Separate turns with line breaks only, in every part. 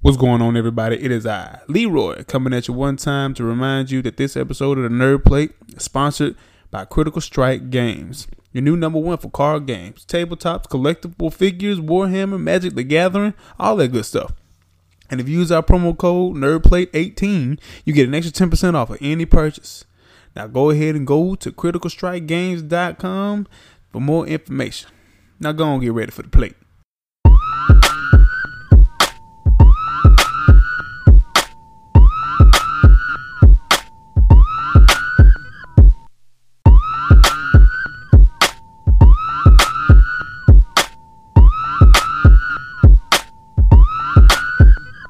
What's going on, everybody? It is I, Leroy, coming at you one time to remind you that this episode of the Nerd Plate is sponsored by Critical Strike Games, your new number one for card games, tabletops, collectible figures, Warhammer, Magic the Gathering, all that good stuff. And if you use our promo code NerdPlate18, you get an extra 10% off of any purchase. Now go ahead and go to criticalstrikegames.com for more information. Now go on, get ready for the plate.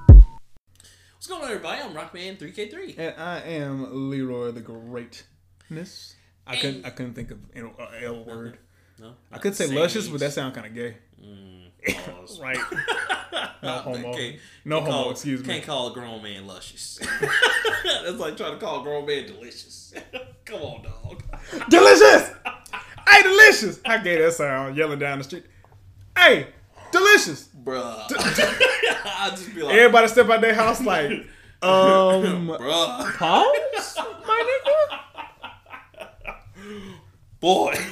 What's going on, everybody? I'm Rockman3K3.
And I am Leroy the Greatness. I couldn't. I couldn't think of an uh, L word.
No,
I could say
Same
luscious, but
age.
that sound kind of gay.
Mm, Pause.
Right. No homo.
Can't-
No
can't
homo.
call-
excuse me.
Can't call a grown man luscious. That's like trying to call a grown man delicious. Come on, dog.
Delicious. hey, delicious. I gave that sound yelling down the street. Hey, delicious.
Bruh. I'll just be like,
Everybody step out their house like, um,
bruh.
pause, my nigga.
Boy.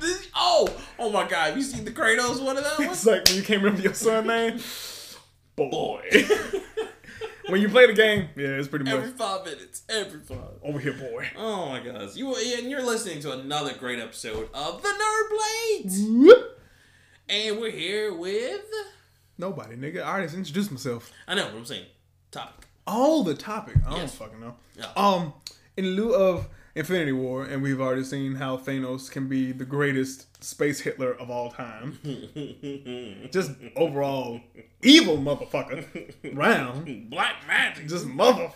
This- oh, oh my God. Have you seen the Kratos one of
It's
those?
like when you can't remember your son name. Boy. when you play the game, yeah, it's pretty much
Every five minutes. Every five.
over here, boy.
Oh my gosh. You and you're listening to another great episode of the Nerd Blades.
Whoop.
And we're here with
Nobody, nigga. I already introduced myself.
I know what I'm saying. Topic.
all the topic. I don't
Yes.
fucking know.
Yeah.
Um, in lieu of Infinity War, and we've already seen how Thanos can be the greatest space Hitler of all time. Just overall evil motherfucker. Round.
Black magic.
Just mother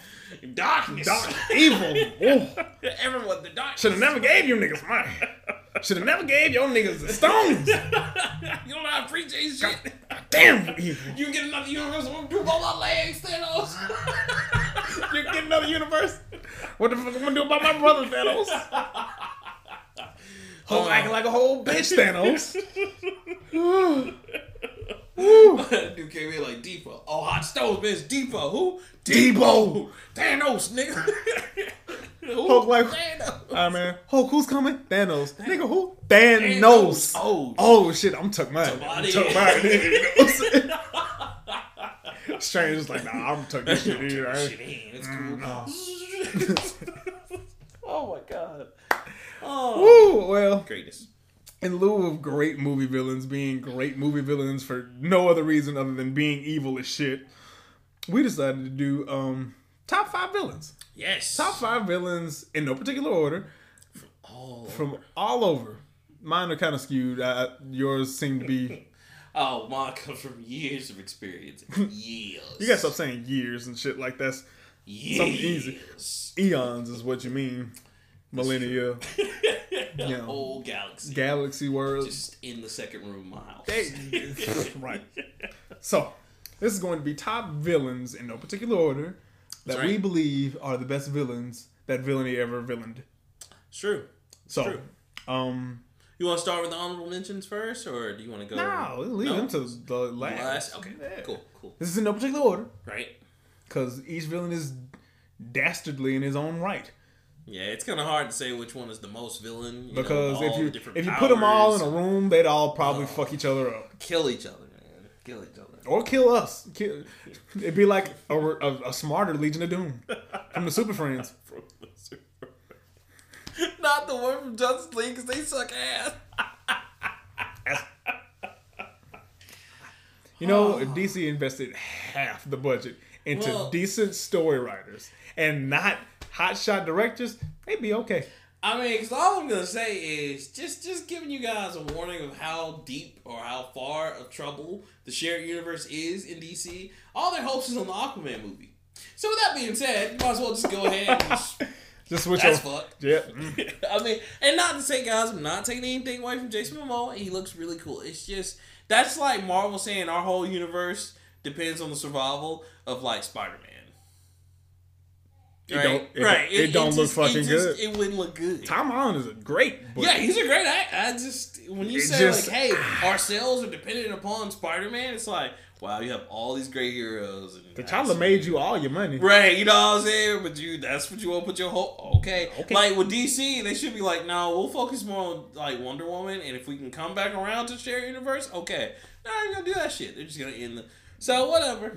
darkness.
dark evil.
Everyone the darkness.
Should have never gave you niggas money. Should have never gave your niggas the stones.
you don't know how to appreciate shit.
Damn evil.
You get another universe one do all my legs, Thanos.
You get another universe. What the fuck I'm gonna do about my brother Thanos? Whole acting like a whole bitch Thanos.
Dude came in like Depot. Oh, hot stove, bitch. Depot. Who?
Debo.
Thanos, nigga. Who?
Hulk like-
Thanos.
Alright man. Hulk, Oh, who's coming? Thanos. Nigga, who? Thanos. Oh.
Oh,
shit, I'm tuck mine. I'm
Tuck
tuck
mine
mine. Strange is like, nah, I'm tuck this shit in.
shit
Right?
in. It's
Mm, no.
cool. oh my god. Oh.
Woo, well,
Greatness.
in lieu of great movie villains being great movie villains for no other reason other than being evil as shit, we decided to do um top five villains.
Yes.
Top five villains in no particular order
Oh.
from all over. Mine are kind of skewed. I, yours seem to be
Oh, mine comes from years of experience. Years.
You gotta stop saying years and shit like that's
Years.
something easy. eons is what you mean. Millennia,
the
Yeah.
whole galaxy.
galaxy worlds.
just in the second room of my house.
Hey, right. So this is going to be top villains in no particular order that
right.
we believe are the best villains that villainy ever villained.
It's true.
So
True.
um
You want to start with the honorable mentions first, or do you want to go?
no, we'll leave
No?
them to the last.
Last. Okay.
Yeah.
Cool. Cool.
This is in no particular order
Right.
because each villain is dastardly in his own right.
Yeah, it's kind of hard to say which one is the most villain you know,
Because
all
if you
the different
if you put them all in
powers.
a room, they'd all probably fuck each other up.
kill each other, man. Kill each other.
or kill us. Kill, it'd be like a, a, a smarter Legion of Doom from the Super Friends.
From the Super- Not the one from Justice League because they suck ass.
You know, if DC invested half the budget into
Well-
decent story writers and not hotshot directors, they'd be okay.
I mean, because all I'm gonna say is just just giving you guys a warning of how deep or how far of trouble the shared universe is in DC. All their hopes is on the Aquaman movie. So with that being said, you might as well just go ahead. And just,
Just switch
that's
over.
fucked.
Yeah. mm.
I mean, and not to say, guys, I'm not taking anything away from Jason Momoa. He looks really cool. It's just that's like Marvel saying our whole universe depends on the survival of like Spider Man. Right?
don't- it
right.
don't- it don't look fucking
it just-
good.
It wouldn't look good.
Tom Holland is a great. But
yeah, he's a great actor. I just when you
It
say
just- ah.
like, "Hey, our sales are dependent upon Spider Man," it's like, wow, you have all these great heroes. And
T'Challa made you all your money.
Right, you know what I'm saying? But you that's what you want to put your whole okay.
Okay.
Like with DC, they should be like, no, we'll focus more on like Wonder Woman and if we can come back around to share universe, okay. No, they're gonna do that shit. They're just gonna end the so whatever.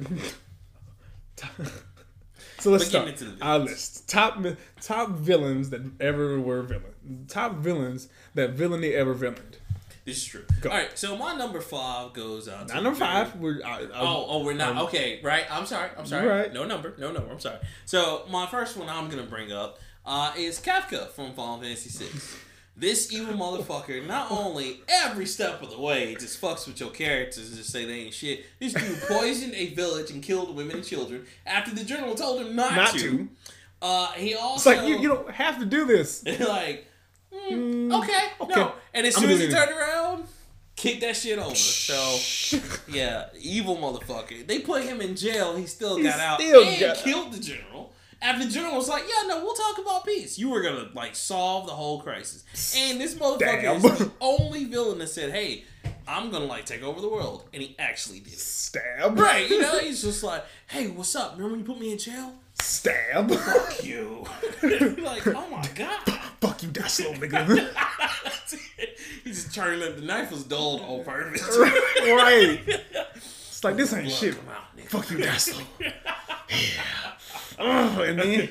So let's
But
start
getting into the
our
villains.
list. Top mi- top villains that ever were villain. Top villains that villainy ever villained.
this is true. Alright, so my number five goes out to
Now, number
very-
five, we're I, I,
Oh, oh, we're not okay, right? I'm sorry, I'm sorry.
You're um, right.
No number, no number. I'm sorry. So my first one I'm gonna bring up uh, is Kafka from Final Fantasy Six. This evil motherfucker not only every step of the way just fucks with your characters and just say they ain't shit. This dude poisoned a village and killed women and children after the general told him not,
not
to.
to.
Uh, he
It's
also
like you, you don't have to do this.
like mm, okay,
okay.
no. And as
I'm
soon as he
gonna-
turned around, kicked that shit over. So. Yeah, evil motherfucker. They put him in jail. He still
He
got out
still
and
got-
killed the general. After the general was like, "Yeah, no, we'll talk about peace. You were gonna like solve the whole crisis." And this motherfucker is
Damn.
the only villain that said, "Hey, I'm gonna like take over the world," and he actually did. it.
Stab.
Right? You know, he's just like, "Hey, what's up? Remember when you put me in jail?"
Stab.
Fuck you. like, oh my god.
Fuck you, that slow nigga.
he just turned up. The knife was dulled on purpose.
right. It's like this ain't shit.
Come out, nigga.
Fuck you, that slow. Yeah. Oh, and then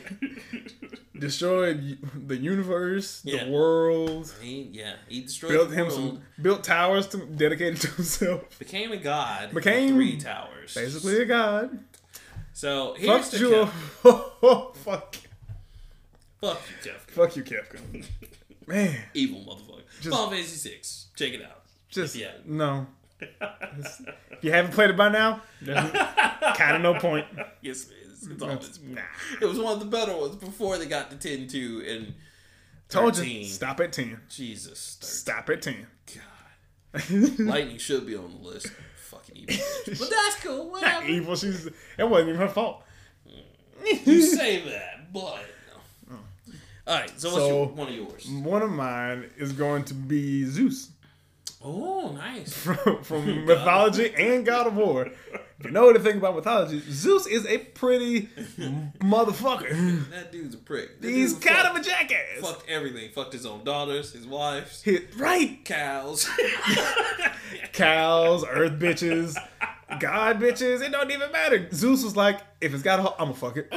destroyed u- the universe,
Yeah.
the world.
He, yeah, he destroyed
Built
the
him
world.
some built towers to dedicated to himself.
became a god.
Became-
with three towers.
Basically a god.
So here's
Fuck
the
you.
Kef-
Fuck.
Fuck you, Jeff.
Fuck you, Kefka. Man,
Evil motherfucker.
Just-
Final Fantasy Six. Check it out.
just
Yeah.
no. It's- if you haven't played it by now, kind of no point.
Yes, it is. It's all
That's-
it's,
Nah.
it was one of the better ones before they got to 10 2 and
Told
13.
you. Stop at ten.
Jesus.
Stop at ten.
God. Lightning should be on the list. Fucking evil. bitch. But that's cool. Whatever.
Evil. She's. It wasn't even her fault.
you say that, but. Alright, so what's
Oh. So-
your, one of yours?
One of mine is going to be Zeus
Oh, nice.
from, from mythology and God of War. If you know anything about mythology, Zeus is a pretty motherfucker.
That dude's a prick. That
He's
dude
kind
fucked-
of a jackass.
Fucked everything. Fucked his own daughters, his wives,
He- right.
cows.
cows, earth bitches, god bitches. It don't even matter. Zeus was like, if it's got a hole, I'ma fuck it.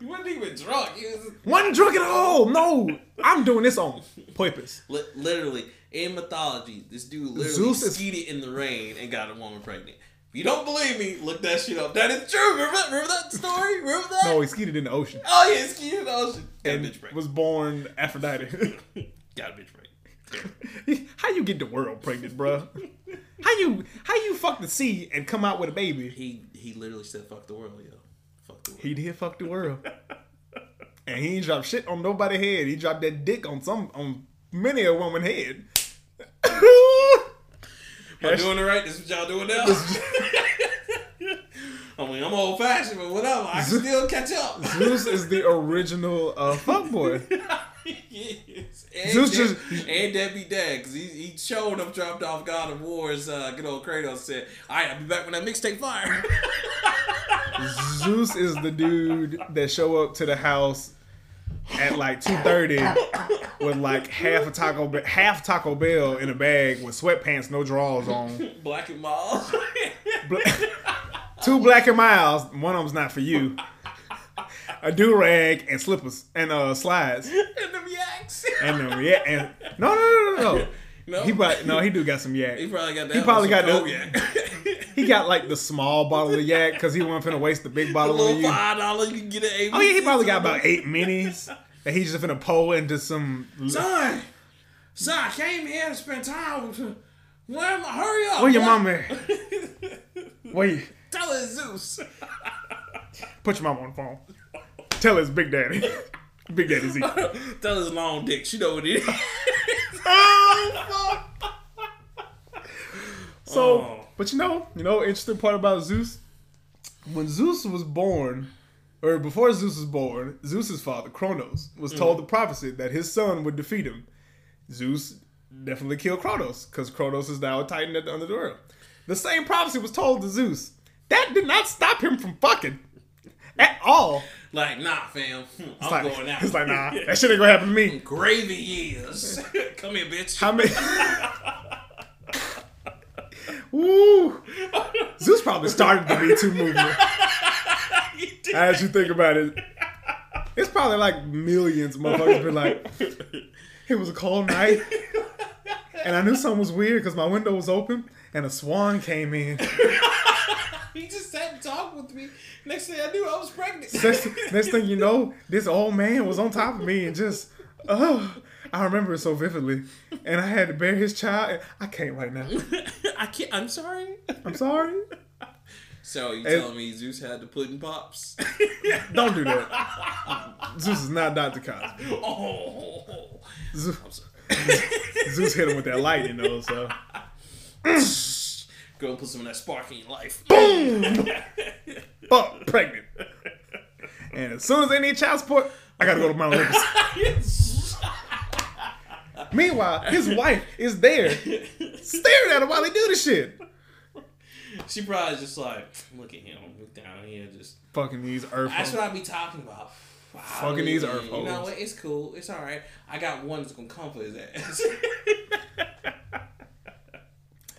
He wasn't even drunk. He was
One drunk at all. No, I'm doing this on purpose.
li- literally in mythology. This dude literally
Zeus is-
skied it in the rain and got a woman pregnant. If you don't believe me, look that shit up. That is true. Remember that? Remember that story? Remember that?
No, he skied in the ocean
Oh yeah, skied in the ocean. Got a
and
bitch pregnant.
was born Aphrodite.
Got a bitch pregnant.
how you get the world pregnant, bruh? How you how you fuck the sea and come out with a baby?
He he literally said, "Fuck the world, yo. Fuck the world."
He did fuck the world, and he ain't dropped shit on nobody head. He dropped that dick on some on many a woman head.
Am I doing it right? This is what y'all doing now. I mean, I'm old fashioned, but whatever. I can still catch up.
Zeus is the original uh, fuckboy.
yes. And
Zeus
Deb-
just-
and Debbie Dad because he, he showed up, dropped off God of War's uh, good old Kratos said, "All right, I'll be back when that mixtape fire."
Zeus is the dude that show up to the house at like two thirty with like half a taco Be- half Taco Bell in a bag with sweatpants, no drawers on.
Black and Miles.
Bla- Two black and miles, one of them's not for you. A do rag and slippers and uh slides
and them yaks.
and then yeah and no no no no no.
No,
He probably, no he do got some yak.
He probably got that. Oh,
probably
with
got
some
the-
cognac.
He got like the small bottle of yak because he wasn't finna waste the big
A
bottle on
little
you.
five dollars, you can get an ABC.
Oh yeah, he probably got about eight minis that he's just finna pull into some.
Son, son, I came here to spend time with. Where am I? Hurry up!
Where Oh, your mama? at? Where you?
Tell it, Zeus.
Put your mama on the phone. Tell his big daddy. Big daddy's eating.
Tell his long dick. She know what it is.
Oh, fuck. So,
Oh.
but you know, you know, interesting part about Zeus. When Zeus was born, or before Zeus was born, Zeus's father, Kronos,
Mm-hmm.
was told the prophecy that his son would defeat him. Zeus definitely killed Kronos because Kronos is now a titan at the underworld. The same prophecy was told to Zeus. That did not stop him from fucking at all.
Like, nah, fam. Hmm, I'm
It's like,
going out.
it's like, nah, that shit ain't gonna happen to me.
Gravy years. Come here, bitch.
How many? Woo! Zeus probably started the Me Too movement. As you think about it, it's probably like millions of motherfuckers been like, it was a cold night, and I knew something was weird because my window was open and a swan came in.
he just sat and talked with me. Next thing I knew, I was pregnant.
Next, next thing you know, this old man was on top of me and just, oh, I remember it so vividly. And I had to bear his child. I can't right now.
I can't. I'm sorry.
I'm sorry.
So you telling me Zeus had the pudding pops?
Don't do that. Zeus is not Dr. Cosby.
oh,
Zeus, Zeus hit him with that lightning, though, so.
go and put some of that spark in your life.
Fuck, pregnant. And as soon as they need child support, I gotta go to Mount Olympus. Meanwhile, his wife is there staring at him while they do the shit.
she probably just like, look at him, look down here, just.
Fucking these earth.
That's what I be talking about. Wow,
Fucking these earth
You know
hoes.
what? It's cool. It's all right. I got one that's gonna come for his ass.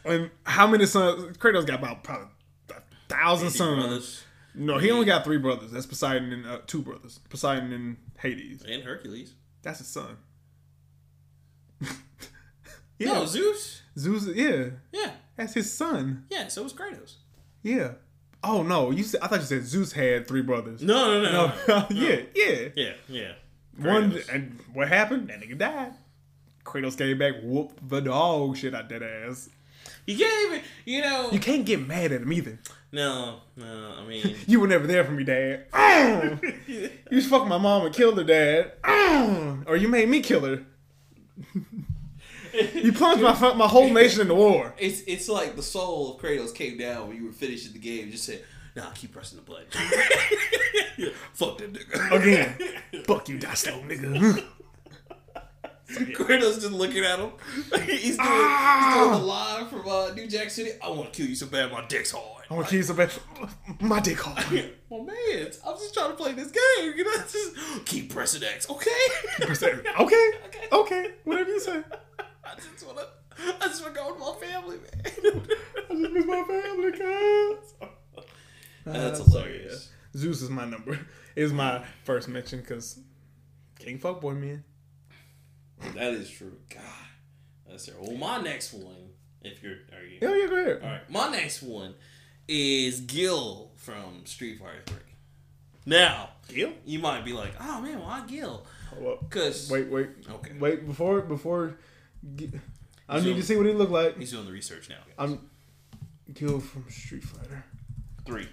And how many sons? Kratos got about probably a thousand sons.
Brothers
No, he only got three brothers. That's Poseidon and uh, two brothers. Poseidon and Hades.
and Hercules.
That's his son.
No,
yeah,
Zeus.
Zeus. Yeah,
Yeah,
that's his son.
yeah. So was Kratos.
Yeah. Oh no, you said I thought you said Zeus had three brothers.
No, no, no.
No,
no.
yeah, yeah.
Yeah, yeah.
One
Kratos.
and what happened? That nigga died. Kratos came back, whooped the dog shit out that ass.
You can't even. You know.
You can't get mad at him either.
no, no. I mean.
You were never there for me, Dad. Mm. you fucked my mom and killed her, Dad. Mm. Or you made me kill her. you plunged my fu- my whole nation into war.
It's it's like the soul of Kratos came down when you were finishing the game. Just said, "Nah, keep pressing the button." Fuck that nigga.
Again. Fuck you, die slow nigga.
Kratos just looking at him. he's, doing,
Ah!
he's doing the line from uh, New Jack City. I want to kill you so bad, my dick's hard.
I want to kill you so bad. My dick hard.
Well, man, I'm just trying to play this game. You know, It's just keep pressing X, okay?
okay. Okay. Whatever you say.
I just wanna, I just wanna go with my family, man.
I just miss my family, cuz.
That's
so,
hilarious.
yeah. Zeus is my number. Is my first mention because King Fuckboy Man.
That is true. God, that's terrible. Well, my next one, if you're, are you?
Hell yeah, go ahead.
All right, my next one is Gil from Street Fighter Three. Now,
Gil?
you might be like, "Oh man, why Gil?"
Hold up.
Because
Wait, wait.
Okay.
Wait before before. G- I
So-
need to see what he looked like.
he's doing the research now. guys.
I'm Gil from Street Fighter.
Three.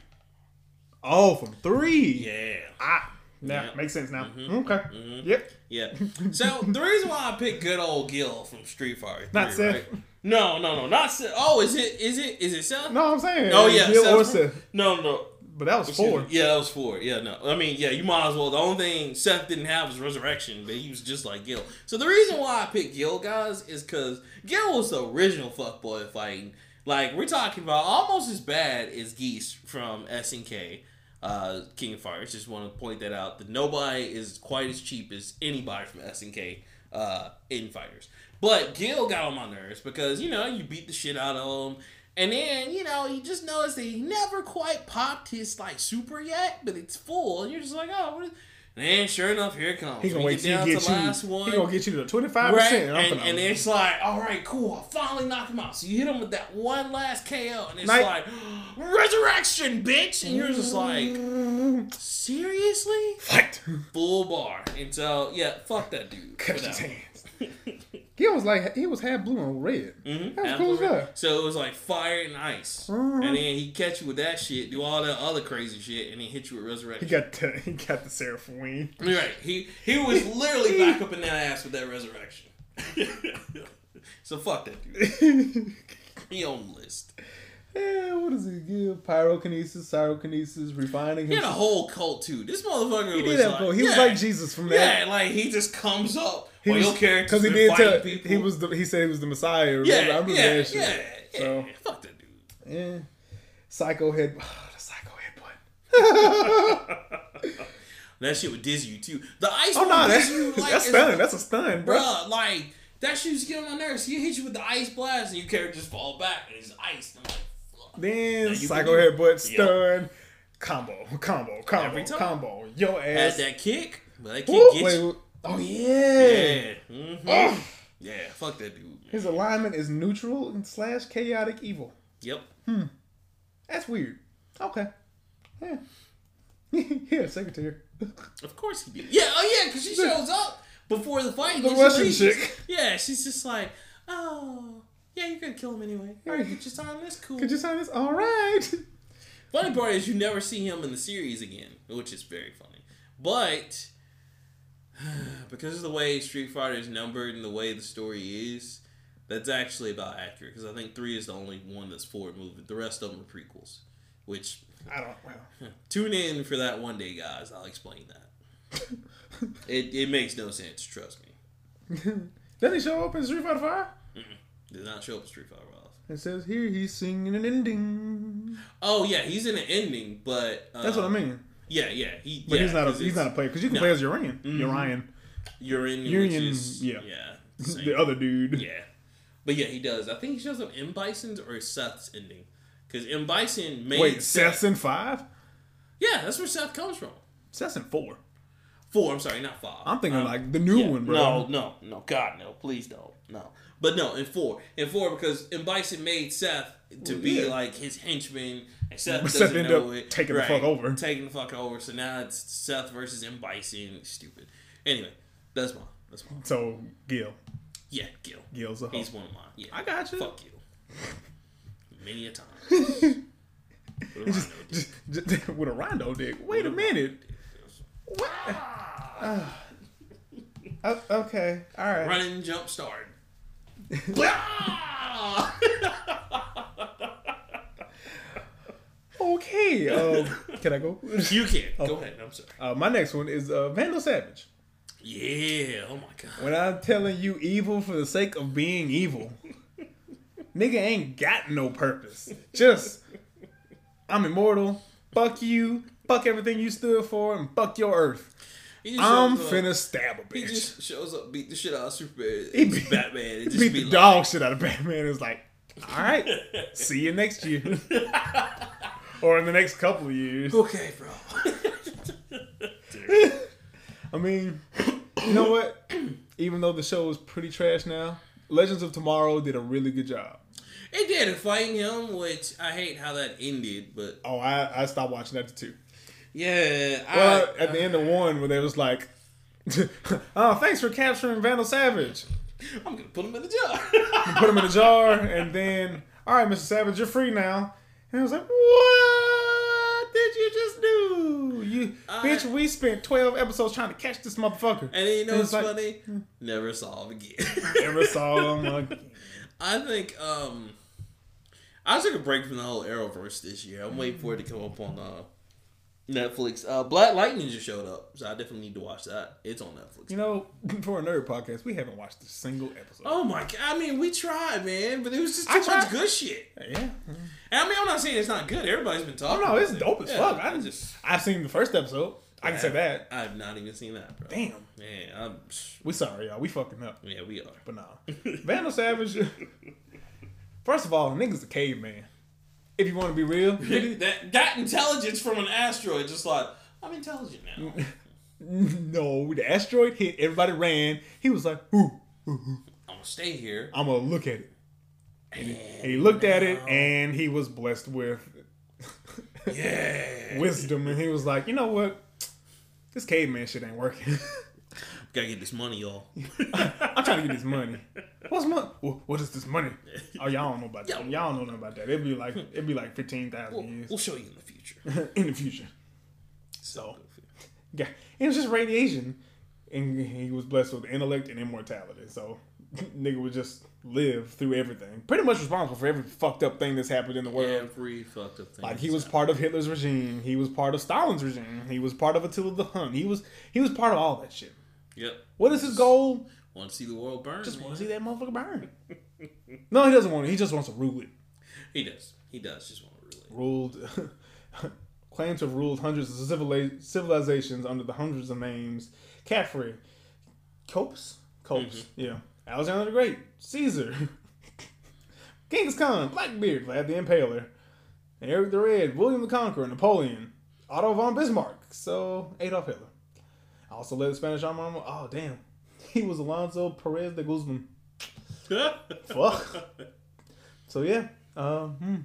Oh, from three.
Yeah.
Ah, now
Yeah. Mm-hmm.
makes sense now. Okay. Yep.
Yeah. So the reason why I picked good old Gil from Street Fighter, 3,
Not Seth.
right? No, no, no, not Seth. Oh, is it? Is it? Is it Seth?
No, I'm saying.
Oh yeah,
Gil
Seth
or
from-
Seth.
No, no.
But that was
Excuse
four.
me. Yeah, that was four. Yeah, no. I mean, yeah, you might as well. The only thing Seth didn't have was resurrection, but he was just like Gil. So the reason why I picked Gil, guys, is because Gil was the original fuckboy fighting. Like, we're talking about almost as bad as Geese from SNK, uh, King of Fighters. Just want to point that out. That nobody is quite as cheap as anybody from SNK uh, in Fighters. But Gil got on my nerves because, you know, you beat the shit out of him. And then, you know, you just notice that he never quite popped his like super yet, but it's full, and you're just like, oh, what is... and then sure enough, here it comes.
He gonna
We
wait till
down
he get
to
you.
last one.
He gonna get you to twenty five
Right,
percent.
and, and it's like, all right, cool. I finally knocked him out. So you hit him with that one last KO, and it's
Night-
like, resurrection, bitch. And you're just like,
Mm.
seriously,
fight.
full bar. And so, yeah, fuck that dude.
Cut
Whatever.
his hands. he was like he was half blue and red.
Mhm.
That was cool as
Absolutely.
hell.
So it was like fire and ice,
Mhm.
and then he catch you with that shit, do all that other crazy shit, and then hit you with
He
resurrection.
got the, he got the Seraphine.
You're right. He he was literally back up in that ass with that resurrection.
Eh,
so fuck that dude. He on the list.
Eh, what does he give? Pyrokinesis, pyrokinesis, refining
He had a
himself.
whole cult too. This motherfucker
He
was
did have
like,
gold. He was
yeah,
like Jesus from that.
Yeah, like he just comes up.
He
well,
was
your character
because he did tell
people.
he was the, he said he was the Messiah. Remember? I
Yeah,
remember
yeah, yeah,
that shit.
yeah,
So
Fuck that dude.
yeah, psycho head. the psycho head button.
That shit would dizzy you too. The ice.
Oh
one
no, that's
dizzy you, like,
that's
is-
stun. That's a stun, bro.
bruh, like that shit's getting on my nerves. He hit you with the ice blast, and your character just fall back, and it's ice. And I'm like, fuck.
Then
you
psycho
can
head butt
Yep.
stun combo combo combo
Every time.
combo. Your
Had
ass.
that kick, but that kick
Woo!
gets
Wait,
you.
wait. oh yeah.
Yeah, mhm.
Ugh.
yeah. Fuck that dude. Man.
His alignment is neutral and slash chaotic evil.
Yep.
That's weird. Okay. Yeah. yeah, secretary.
Of course he did. Yeah, oh yeah, because she shows up before the fight. and
The
then she
Russian
leaves.
chick.
Yeah, she's just like, oh, yeah, you're gonna kill him anyway. All right, get your time. That's cool.
Could you sign this? All right.
Funny part is you never see him in the series again, which is very funny. But because of the way Street Fighter is numbered and the way the story is, that's actually about accurate. Because I think three is the only one that's forward moving. The rest of them are prequels. Which
I don't. Well,
tune in for that one day, guys. I'll explain that. it it makes no sense. Trust me.
doesn't he show up in Street Fighter Five?
Did not show up in Street Fighter Five.
It says here he's singing an ending.
Oh yeah, he's in an ending, but uh,
That's what I mean.
Yeah, yeah, he.
But
yeah,
he's not a
'cause
he's
it's
not a player because you can
No. Mm-hmm.
play as Urian. Urian,
Uranian.
Union,
which is,
yeah.
yeah. same.
the other dude.
Yeah. But yeah, he does. I think he shows up in Bison's or Seth's ending. Because in Bison made
Wait, Seth's in five.
Yeah, that's where Seth comes from.
Seth's in four.
Four, I'm sorry, not five.
I'm thinking like the new
Um, Yeah.
one, bro.
No, no, no. God, no. Please don't. No. But no, in four. In four, because in Bison made Seth to
Well,
be
yeah.
like his henchman. And Seth
But
doesn't
Seth ended
know
up
it.
taking the fuck over.
Taking the fuck over. So now it's Seth versus M. Bison. Stupid. Anyway, that's mine. That's mine.
So Gil,
Yeah, Gil.
Gil's a hoe.
He's one of mine. Yeah.
I got you.
Fuck you. Many a time. What do I know, dude?
Just, just, with a rondo dick. Wait a minute. What? Ah. Oh, okay. All right.
Running jump start.
Okay. Um, can I go?
you can. Go ahead. I'm sorry.
Uh, my next one is uh, Vandal Savage.
Yeah. Oh my god.
When I'm telling you evil for the sake of being evil, nigga ain't got no purpose. Just, I'm immortal. Fuck you. Fuck everything you stood for, and fuck your earth.
He just
I'm
shows up-
finna stab a
He
bitch.
just shows up, beat the shit out of Superman.
He
It's
beat-
Batman. It just
beat
be
the
like,
dog shit out of Batman. It was like, all right, see you next year, or in the next couple of years.
Okay, bro.
I mean, you know what? Even though the show is pretty trash now, Legends of Tomorrow did a really good job.
it did. and Fighting him, which I hate how that ended, but
Oh, I, I stopped watching after two.
yeah.
Well,
I,
at the end of one, where they was like, "Oh, thanks for capturing Vandal Savage."
I'm gonna put him in the jar.
Put him in a jar, and then, "All right, Mr. Savage, you're free now." And I was like, "What did you just do? You bitch! We spent twelve episodes trying to catch this motherfucker."
And then you know
It's
what's
like-
funny? Never saw him again.
Never saw him. Like,
I think um I took a break from the whole Arrowverse this year. I'm waiting for it to come up on uh Netflix. Uh Black Lightning just showed up, so I definitely need to watch that. It's on Netflix.
you know, for a nerd podcast, we haven't watched a single episode.
Oh my god! I mean, we tried, man, but it was just
I
too much
tried.
good shit.
Yeah.
And I mean, I'm not saying it's not good. Everybody's been talking.
Oh, No,
about
it's
it.
dope as
Yeah,
fuck. I just, I've seen the first episode. I can say that.
I've not even seen that, bro.
Damn.
man, I'm,
We sorry, y'all. We fucking up.
yeah, we are.
But no. Vandal Savage. First of all, nigga's a caveman. If you want to be real, nigga-
that that intelligence from an asteroid, just like I'm intelligent now.
no, the asteroid hit, everybody ran. He was like, ooh,
I'm gonna stay here.
I'm going to look at it. And he looked at it and he was blessed with
Yeah,
wisdom. And he was like, you know what? This caveman shit ain't working.
gotta get this money, y'all.
I'm trying to get this money. What's money? What is this money? Oh, y'all don't know about that.
Yeah.
Y'all don't know nothing about that. It'd be like it'd be like fifteen
We'll,
thousand
we'll show you in the future.
years in the future.
So
Yeah, it was just radiation, and he was blessed with intellect and immortality. So nigga would just live through everything. Pretty much responsible for every fucked up thing that's happened in the world.
Every fucked up thing.
Like he was part of Hitler's regime. He was part of Stalin's regime. He was part of Attila the Hun. He was he was part of all that shit.
Yep.
What is his goal?
Want to see the world burn?
Just want
man.
to see that motherfucker burn. no, he doesn't want it. He just wants to rule it.
He does. He does. Just want to relate.
Ruled, claimed to have ruled hundreds of civili- civilizations under the hundreds of names. Caffrey, Copes, Copes, yeah. Alexander the Great, Caesar, Genghis Khan, Blackbeard, Vlad the Impaler, Eric the Red, William the Conqueror, Napoleon, Otto von Bismarck, so Adolf Hitler. Also led the Spanish army. Oh damn, he was Alonso Perez de Guzman. Fuck. So yeah, um, hmm.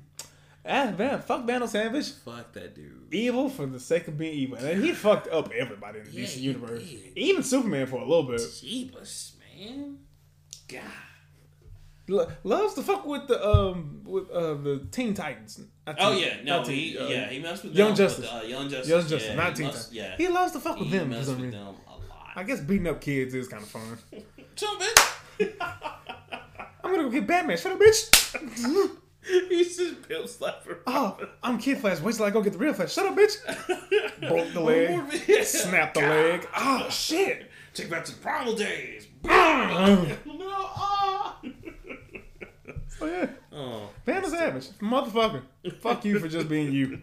ah man, fuck Vandal Savage,
Fuck that dude.
evil for the sake of being evil, and he fucked up everybody in the
Yeah,
DC
he
universe,
did.
even Superman for a little bit.
Jeebus, man. God.
Lo- loves to fuck with the um with uh the Teen Titans. Not
Oh
Teen-
yeah, no,
not Teen-
he
uh,
yeah he messed with
Young
them,
Justice.
but, uh, Young Justice,
Young Justice,
yeah,
not
he
Teen
messed-
Titans.
Yeah,
He loves to fuck with
he
them for
messed
some
with
reason.
them a
I
lot.
guess beating up kids is kind of fun.
Some bitch.
I'm gonna go get Batman. Shut up, bitch.
He's just pill slapper.
oh, I'm Kid Flash. Wait till I go get the real Flash. Shut up, bitch. Broke the
One
leg.
more bit.
Snap the leg. Oh shit.
Take back to the primal days.
Oh
no. ah.
yeah.
Oh.
Vandal Savage, motherfucker. Fuck you for just being you.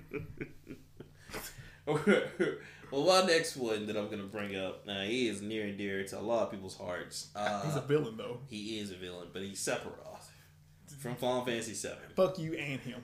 well, my next one that I'm gonna bring up, now he is near and dear to a lot of people's hearts. Uh,
villain though.
he is a villain, but he's Sephiroth from Final Fantasy VII.
Fuck you and him.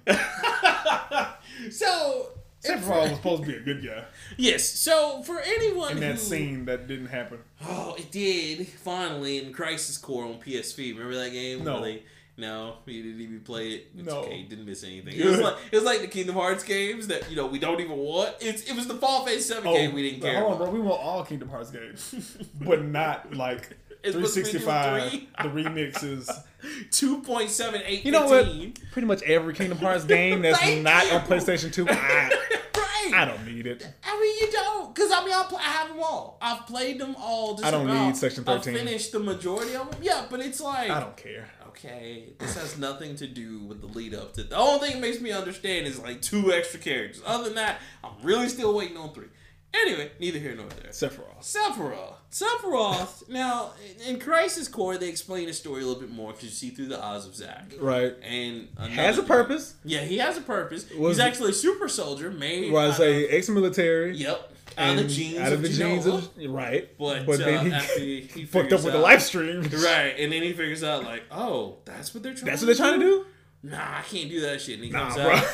so,
Sephiroth was supposed to be a good guy
yes, so for anyone
in that
who-
scene that didn't happen.
Oh, it did finally in Crisis Core on PSV. Remember that game?
No.
Where they- no, you didn't even play it. It's
No.
okay, you didn't miss anything. It was
Good.
like it was like the Kingdom Hearts games that you know we don't even want. It's it was the Fall Phase Seven game we didn't
Oh, but
care
Hold on,
about.
bro. We want all Kingdom Hearts games, but not like
It's supposed to be
365.
three.
The remixes.
Two point seven eight.
You know what? Pretty much every Kingdom Hearts game that's
Thank
not on
you.
PlayStation 2. I,
right.
I don't need it.
I mean, you don't, because I mean, I, pl- I have them all. I've played them all. Just
I don't
about.
need Section 13.
I finished the majority of them. Yeah, but it's like
I don't care.
okay, this has nothing to do with the lead up to. The only thing that makes me understand is like two extra characters. Other than that, I'm really still waiting on three. Anyway, neither here nor there.
Sephiroth.
Sephiroth. Sephiroth. now, in Crisis Core, they explain the story a little bit more because you see through the eyes of Zack.
Right.
And
Has a
another-
purpose.
Yeah, he has a purpose.
Was-
He's actually a super soldier made.
Well, I
out
say
of-
ex-military.
Yep. Out of the
and
genes.
out of the genes
Genoa.
of right.
But, uh, after he, he
fucked up
figures
with the
out-
live stream.
Right, and then he figures out like, oh, that's what they're trying.
That's what they're trying to do.
Nah, I can't do that shit. And he
Nah,
comes
bro.
out,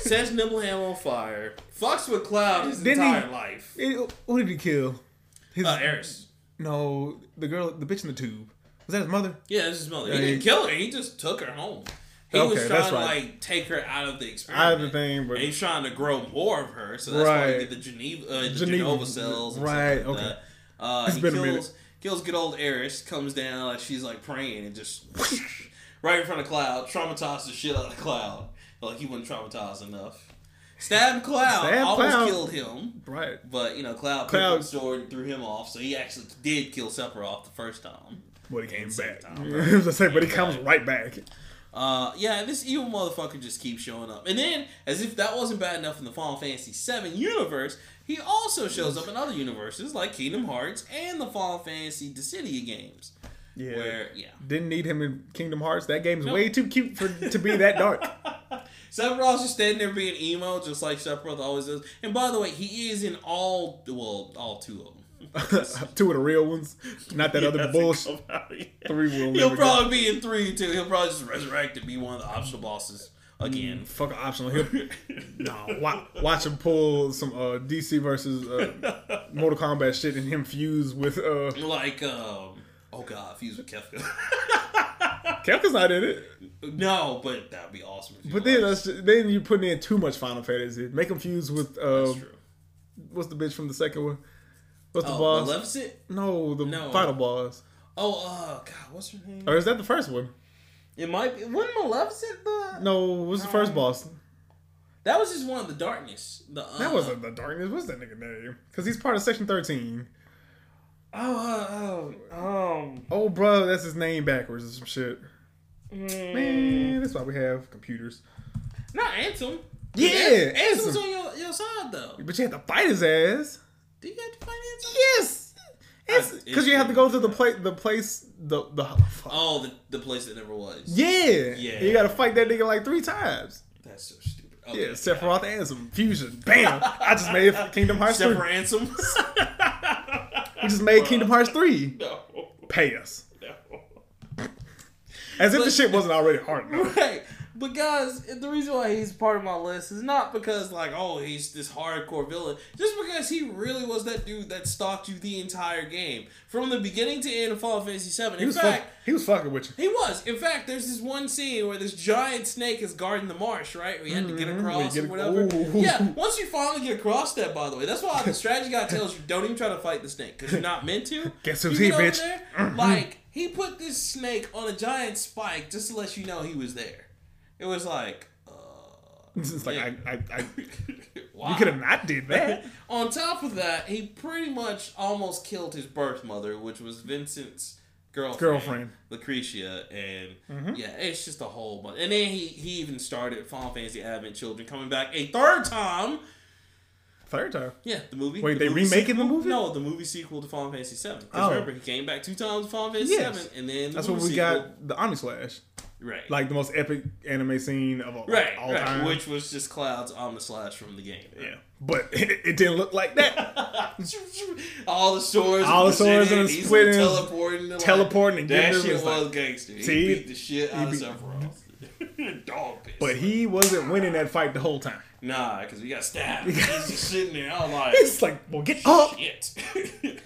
sets Nibbleham on fire, fucks with Cloud his
Didn't
entire
he-
life.
It- who did he kill? His
Uh, Eris.
no, the girl, the bitch in the tube. Was that his mother?
Yeah, that's his mother. He
Yeah,
didn't
he-
kill her. He just took her home. He was
Okay,
trying
that's
to
right.
like take her out of the experiment.
Out of the thing, but
And he's trying to grow more of her, so that's why
Right.
we get the Geneva, uh, the
Geneva-
Genova cells. and
right,
stuff like
okay.
that. Uh,
It's
he
been a
kills,
minute.
kills good old Eris. Comes down, like she's like praying, and just right in front of Cloud, traumatized the shit out of Cloud. Like he wasn't traumatized enough. Stabbed Cloud,
Stabbed
almost
Cloud.
killed him,
right.
but you know Cloud, picked
Cloud-
up the sword and threw him off, so he actually did kill Sephiroth the first time.
But he came
Same
back.
time, right.
I was gonna say, but he comes right back.
Uh, yeah, this evil motherfucker just keeps showing up. And then, as if that wasn't bad enough in the Final Fantasy VII universe, he also shows up in other universes like Kingdom Hearts and the Final Fantasy Dissidia games.
Yeah.
Where, yeah.
Didn't need him in Kingdom Hearts. That game is way too cute for to be that dark.
Sephiroth's just standing there being emo, just like Sephiroth always does. And by the way, he is in all, well, all two of them.
Two of the real ones, not that other bullshit. Three will
He'll
never go.
probably be in three, too. He'll probably just resurrect and be one of the optional bosses again.
Fuck optional. He'll, no, watch, watch him pull some uh, DC versus uh, Mortal Kombat shit and him fuse with uh,
Like, um, oh god, fused with Kefka.
Kefka's not in it.
No, but that'd be awesome. if you
But
were.
then that's then you're putting in too much Final Fantasy. Make him fuse with uh,
that's true.
what's the bitch from the second one? What's the
Oh,
boss?
Maleficent?
No, the
No.
final boss.
Oh, uh, God, what's her name?
Or is that the first one?
It might be. Wasn't Maleficent the?
No, what's the first
Um,
boss?
That was just one of the darkness. The uh,
That wasn't the darkness. What's that nigga name? Because he's part of Section Thirteen.
Oh, oh, oh, um,
Oh, bro, that's his name backwards or some shit.
Mm.
Man, that's why we have computers.
not Anthem.
Yeah,
An- Anthem's
Anthem.
on your, your side though.
But you had to fight his ass.
Do you have to fight Anthem?
Yes. Because you have to go to the place, the place, the the. fuck.
Oh, the, the place that never was.
Yeah.
Yeah.
You got to fight that nigga like three times.
That's so stupid. Okay.
Yeah, Sephiroth and some fusion. Bam! I just made it Kingdom Hearts
Except
3.
for Ansem.
We just made Kingdom Hearts 3.
no,
Pay us.
no.
As if the shit wasn't already hard enough.
Right. But guys, the reason why he's part of my list is not because like, oh, he's this hardcore villain. Just because he really was that dude that stalked you the entire game. From the beginning to end of Final Fantasy Seven.
He
In
was,
fact,
fuck, he was fucking with you.
he was. In fact, there's this one scene where this giant snake is guarding the marsh, right? We had to get across
Mm-hmm. we
or
get-
whatever.
ooh.
Yeah, once you finally get across that, by the way, that's why the strategy guy tells you don't even try to fight the snake because you're not meant to.
Guess who's
You get over
here, bitch? Mm-hmm.
there, Like, he put this snake on a giant spike just to let you know he was there. It was like, uh,
It's just like, I, I, I,
wow.
you could have not did that.
On top of that, he pretty much almost killed his birth mother, which was Vincent's girlfriend,
Girlfriend. Mm-hmm.
Lucretia, and yeah, it's just a whole bunch. And then he he even started Final Fantasy Advent Children coming back a third time.
Third time.
Yeah, the movie.
Wait,
the
they
movie
remaking the
sequel?
movie?
No, the movie sequel to Final Fantasy Seven. Because
Oh.
remember, he came back two times to Final Fantasy
Yes.
Seven, and then the
That's when
movie
we
sequel.
got the Omni Slash.
right,
Like the most epic anime scene of all,
right,
all
right,
time.
which was just Cloud's Omnislash from the game. right?
yeah. But it, it didn't look like that.
all the swords,
All the swords
presented,
and
he's
splitting,
teleporting, to
teleporting and
that
getting
shit
his
was
like-
gangster. He
See?
beat the shit out
He
of Sephiroth. Dog piss.
But he wasn't winning that fight the whole time.
nah, because we got stabbed. He's just sitting there. I was like,
It's like, well, get up.
shit.
Nigga,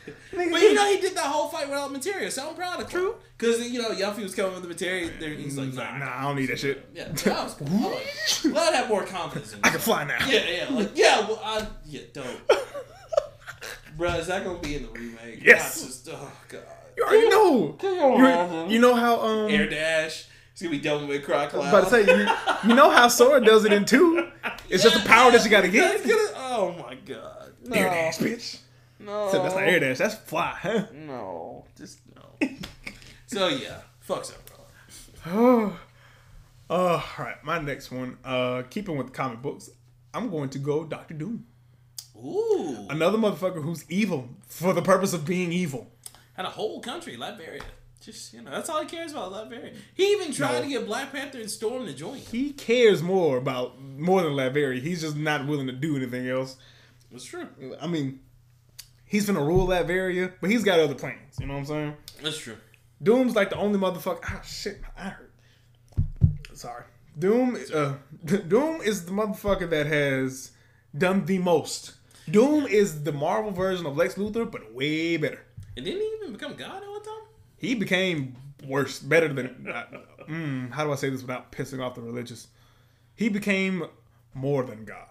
but you know, he did that whole fight without materia, so I'm proud of True. Because you know, Yuffie was coming with the materia. there- He's like, nah,
Nah, I don't need that shit.
Yeah, that was cool. I like- Glad I have more confidence. In
I
him.
can fly now.
Yeah, yeah, like yeah. Well, I yeah, dope. Bruh, is that gonna be in the remake?
Yes.
I just, oh god.
You already know.
Can you
You,
imagine?
you know how um
Air Dash. It's gonna be double with Cry Cloud.
I was about to say you, you know how Sora does it in two. It's just the power that you gotta
That's
get.
gonna- oh my god. No.
Air dash, bitch.
No.
So that's not air dash. That's fly. Huh?
No. Just no. so yeah. Fuck Sephiroth.
Oh. Oh, all right. My next one. Uh, keeping with comic books, I'm going to go Doctor Doom.
Ooh.
Another motherfucker who's evil for the purpose of being evil.
And a whole country, Liberia. Just you know, that's all he cares about, Liberia. He even tried
No.
to get Black Panther and Storm to join him.
He cares more about more than Lavery. He's just not willing to do anything else.
It's true.
I mean, he's gonna rule Latveria, but he's got other plans. You know what I'm saying?
That's true.
Doom's like the only motherfucker. Ah, shit, my eye hurt. Sorry. Doom. Uh, Doom is the motherfucker that has done the most. Doom is the Marvel version of Lex Luthor, but way better.
And didn't he even become God at one time?
He became worse, better than. Uh, mm, how do I say this without pissing off the religious? He became more than God.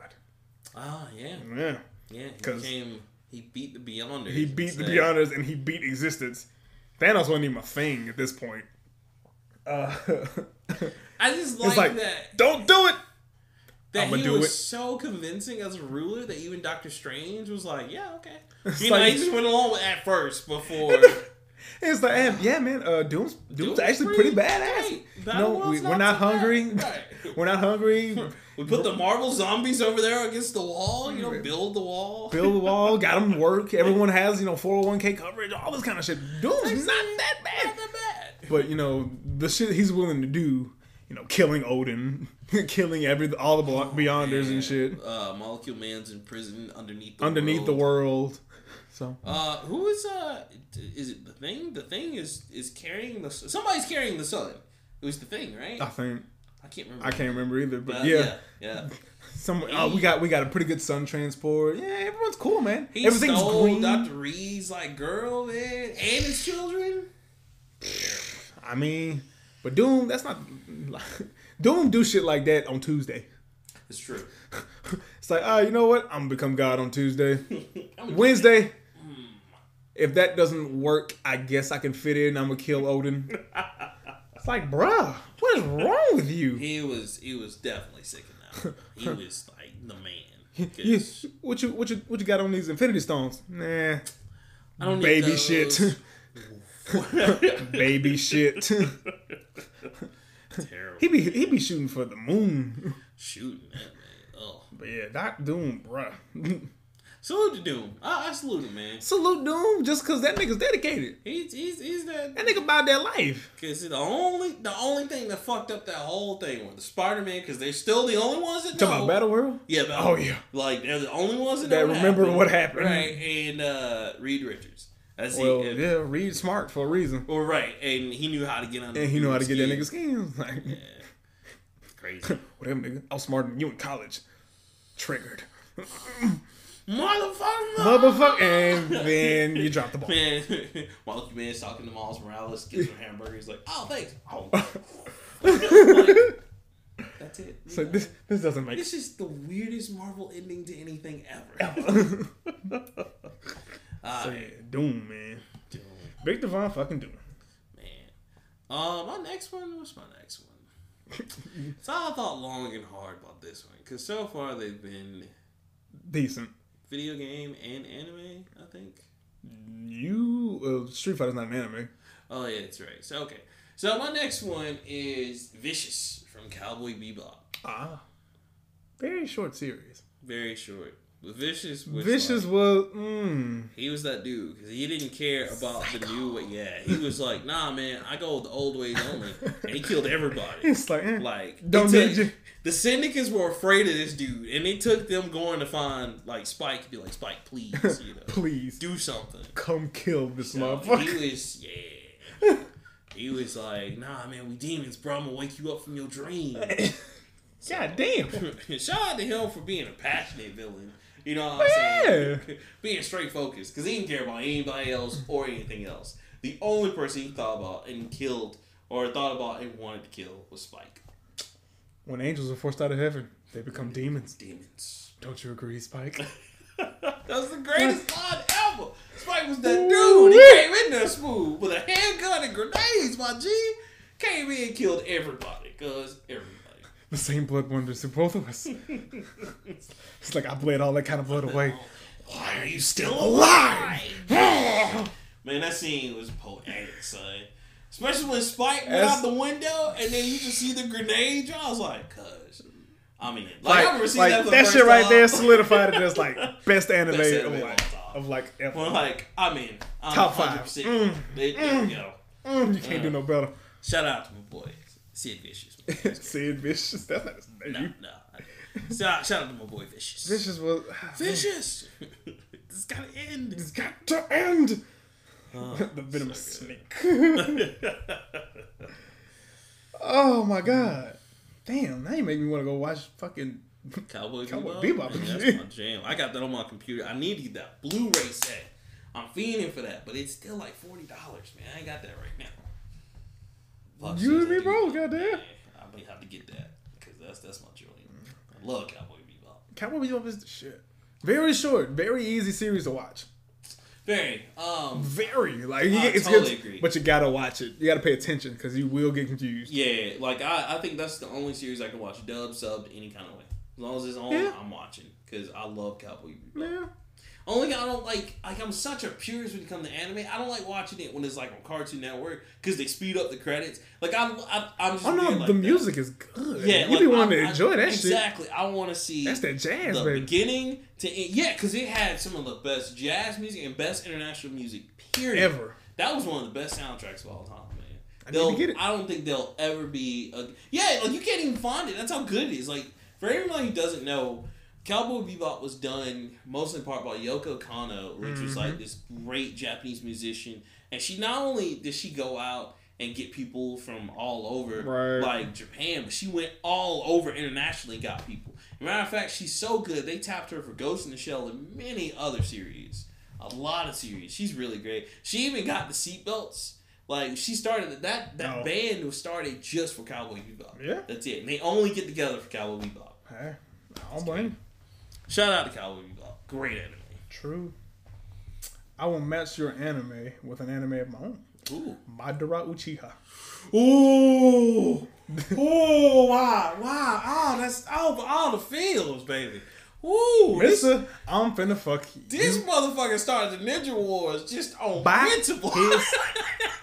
Ah, yeah.
Yeah.
Yeah. He
'Cause-
became he beat the Beyonders.
He beat the
instead.
Beyonders and he beat existence. Thanos wasn't even a thing at this point. Uh,
I just like,
it's like,
that
don't do it.
that
I'ma
he
do
was
it.
so convincing as a ruler that even Doctor Strange was like, yeah, okay.
It's
You know,
like-
he just went along with at first before.
It's like, eh, yeah, man. Uh, Doom's Doom's,
Doom's
actually
pretty
pretty, badass.
great.
No,
Battleworld's
we,
not too
we're not
bad.
hungry.
Right.
We're not hungry.
we put the Marvel zombies over there against the wall. You know,
Right.
build the wall.
Build the wall. Got them work. Everyone has you know 401k coverage. All this kind of shit. Doom's not that
Not
bad.
that bad.
But you know the shit he's willing to do. You know, killing Odin, killing every all the Bel- Beyonders and shit
Uh, Molecule Man's in prison underneath the
underneath the world. So
Uh, who is uh? Is it the thing? The thing is is carrying the somebody's carrying the sun. It was the thing, right?
I think
I can't remember.
Ah, I can't remember either. But
Uh,
yeah.
yeah.
Some oh, we got we got a pretty good sun transport. Yeah, everyone's cool, man.
He
Everything's
stole
green.
Dr. Reed's like girl, man, and his children.
I mean, but Doom, that's not Doom do shit like that on Tuesday.
It's true.
It's like, ah, you know what? I'm gonna become God on Tuesday.
I'm a-
Wednesday. mm. If that doesn't work, I guess I can fit in. I'm gonna kill Odin. It's like, bruh, what is wrong with you?
he was he was definitely sick of that. He was like the man.
you
'Cause-
what you what you what you got on these Infinity Stones? Nah,
I don't need
Baby
those.
shit. Baby shit.
Terrible.
he be he be shooting for the moon.
Shooting that man. Oh,
But yeah, Doc Doom, bruh.
salute to Doom. I, I salute him, man.
Salute Doom just cause that nigga's dedicated.
He's he's he's that
That nigga about that life.
Cause the only the only thing that fucked up that whole thing was the Spider Man, because they're still the only ones that know.
Talking about Battle World?
Yeah, about
Oh, yeah.
Like they're the only ones that,
That
know
remember what happened.
Right, and uh, Reed Richards. That's
Well,
it.
yeah, Reed smart for a reason.
Well, right, and he knew how to get under.
And he know how to get that
skin.
nigga skin. Like,
Crazy
whatever, nigga. I was smarter than you in college. Triggered.
motherfucker.
Motherfucker. And then you drop the ball.
Man, Monkey Man's talking to Miles Morales, gives him a hamburger. He's like, "Oh, thanks." Oh, that's it.
So this this doesn't make
This is the weirdest Marvel ending to anything ever.
sense.
Ah,
so yeah, Doom, man.
dude,
Victor Von fucking Doom.
man. Uh, my next one. What's my next one? so I thought long and hard about this one because so far they've been
Decent.
video game and anime. I think.
You uh, Street Fighter's not an anime.
Oh yeah, that's right. So okay. So my next one is Vicious from Cowboy Bebop.
Ah. Very short series.
Very short. But Vicious was
Vicious
like-
was mm,
he was that dude because he didn't care about the new way. Yeah, he was like, nah, man, I go with the old ways only, and he killed everybody.
it's like, eh.
Like,
Don't
it took-
need you.
The syndicates were afraid of this dude, and it took them going to find like Spike to be like, Spike, please, you know,
please
do something.
come kill this
So,
motherfucker.
He was yeah. He was like, nah, man, we demons, bro. I'm gonna wake you up from your dream.
God damn.
Shout out to him for being a passionate villain. You know what I'm saying? being straight focused because he didn't care about anybody else or anything else. The only person he thought about and killed or thought about and wanted to kill was Spike.
When angels are forced out of heaven, they become demons.
Demons.
Don't you agree, Spike?
that was the greatest line ever. Spike was that dude. He came in there smooth with a handgun and grenades. My G came in and killed everybody. Cause everybody.
the same blood wonders to both of us. it's like I bled all that kind of blood away.
Why are you still
Alive!
Man, that scene was poetic, son. Especially when Spike went out the window and then you just see the grenade. drop. I was like, cuz. I mean, like, I remember seeing that
like,
for the
that
first
shit right
time.
there solidified it as like best anime,
Best anime
of,
of
like,
all time.
of like ever.
Well, like, I mean, I'm
Top
top
five.
100%. There, there we go.
Mm, you
uh,
can't do no better.
Shout out to my boy, Sid Vicious. man.
Sid Vicious, that's not his name.
No, no. Shout, shout out to my boy Vicious.
Mm-hmm. Vicious was.
Vicious! this gotta end.
It's got to end.
Oh,
the venomous snake. oh my god! Damn, now you make me want to go watch fucking.
Cowboy,
Cowboy
Bebop.
Bebop.
Man, that's my jam. I got that on my computer. I needed that Blu-ray set. I'm fiending for that, but it's still like forty dollars, man. I ain't got that right now. Fuck,
You
since
and me
I do-
both, goddamn.
Yeah, I may have to get that because that's that's my jam. I love Cowboy Bebop.
Cowboy Bebop is the shit. Very short, very easy series to watch.
Very um.
Very like you
I
get- it's
totally
good,
agree.
but you gotta watch it. You gotta pay attention because you will get confused.
Yeah, like I, I think that's the only series I can watch dub sub any kind of way. As long as it's on,
Yeah.
I'm watching because I love Cowboy Bebop.
Yeah,
Only I don't like like I'm such a purist when it comes to anime. I don't like watching it when it's like on Cartoon Network because they speed up the credits. Like I, I I'm just
oh no,
weird
the
like that.
music is good.
Yeah,
you
like,
be wanting
I-
to enjoy
I,
that shit.
exactly. I want to see
That's that jazz,
the
baby.
beginning to end. Yeah, because it had some of the best jazz music and best international music period
Ever.
That was one of the best soundtracks of all time, man.
I need to
They'll,
get it.
I don't think they'll ever be. A, yeah, like you can't even find it. That's how good it is. Like for everyone who doesn't know, Cowboy Bebop was done mostly in part by Yoko Kano, which was
Mm-hmm.
like this great Japanese musician, and she not only did she go out and get people from all over,
Right.
like Japan, but she went all over internationally and got people. Matter of fact, she's so good they tapped her for Ghost in the Shell and many other series a lot of series. She's really great. She even got the seatbelts. Like she started that that
Oh.
band was started just for Cowboy Bebop.
Yeah.
that's it. And they only get together for Cowboy Bebop.
Hey, I don't blame. you.
Shout out to Cowboy Bebop. Great anime.
True. I will match your anime with an anime of my own.
Ooh.
Madara Uchiha.
Ooh. Ooh. Wow. Wow. Oh, that's all all the oh, feels, baby. Ooh. Woo! This,
Mister, I'm finna fuck you.
this motherfucker started the Ninja Wars just on
By
principle.
his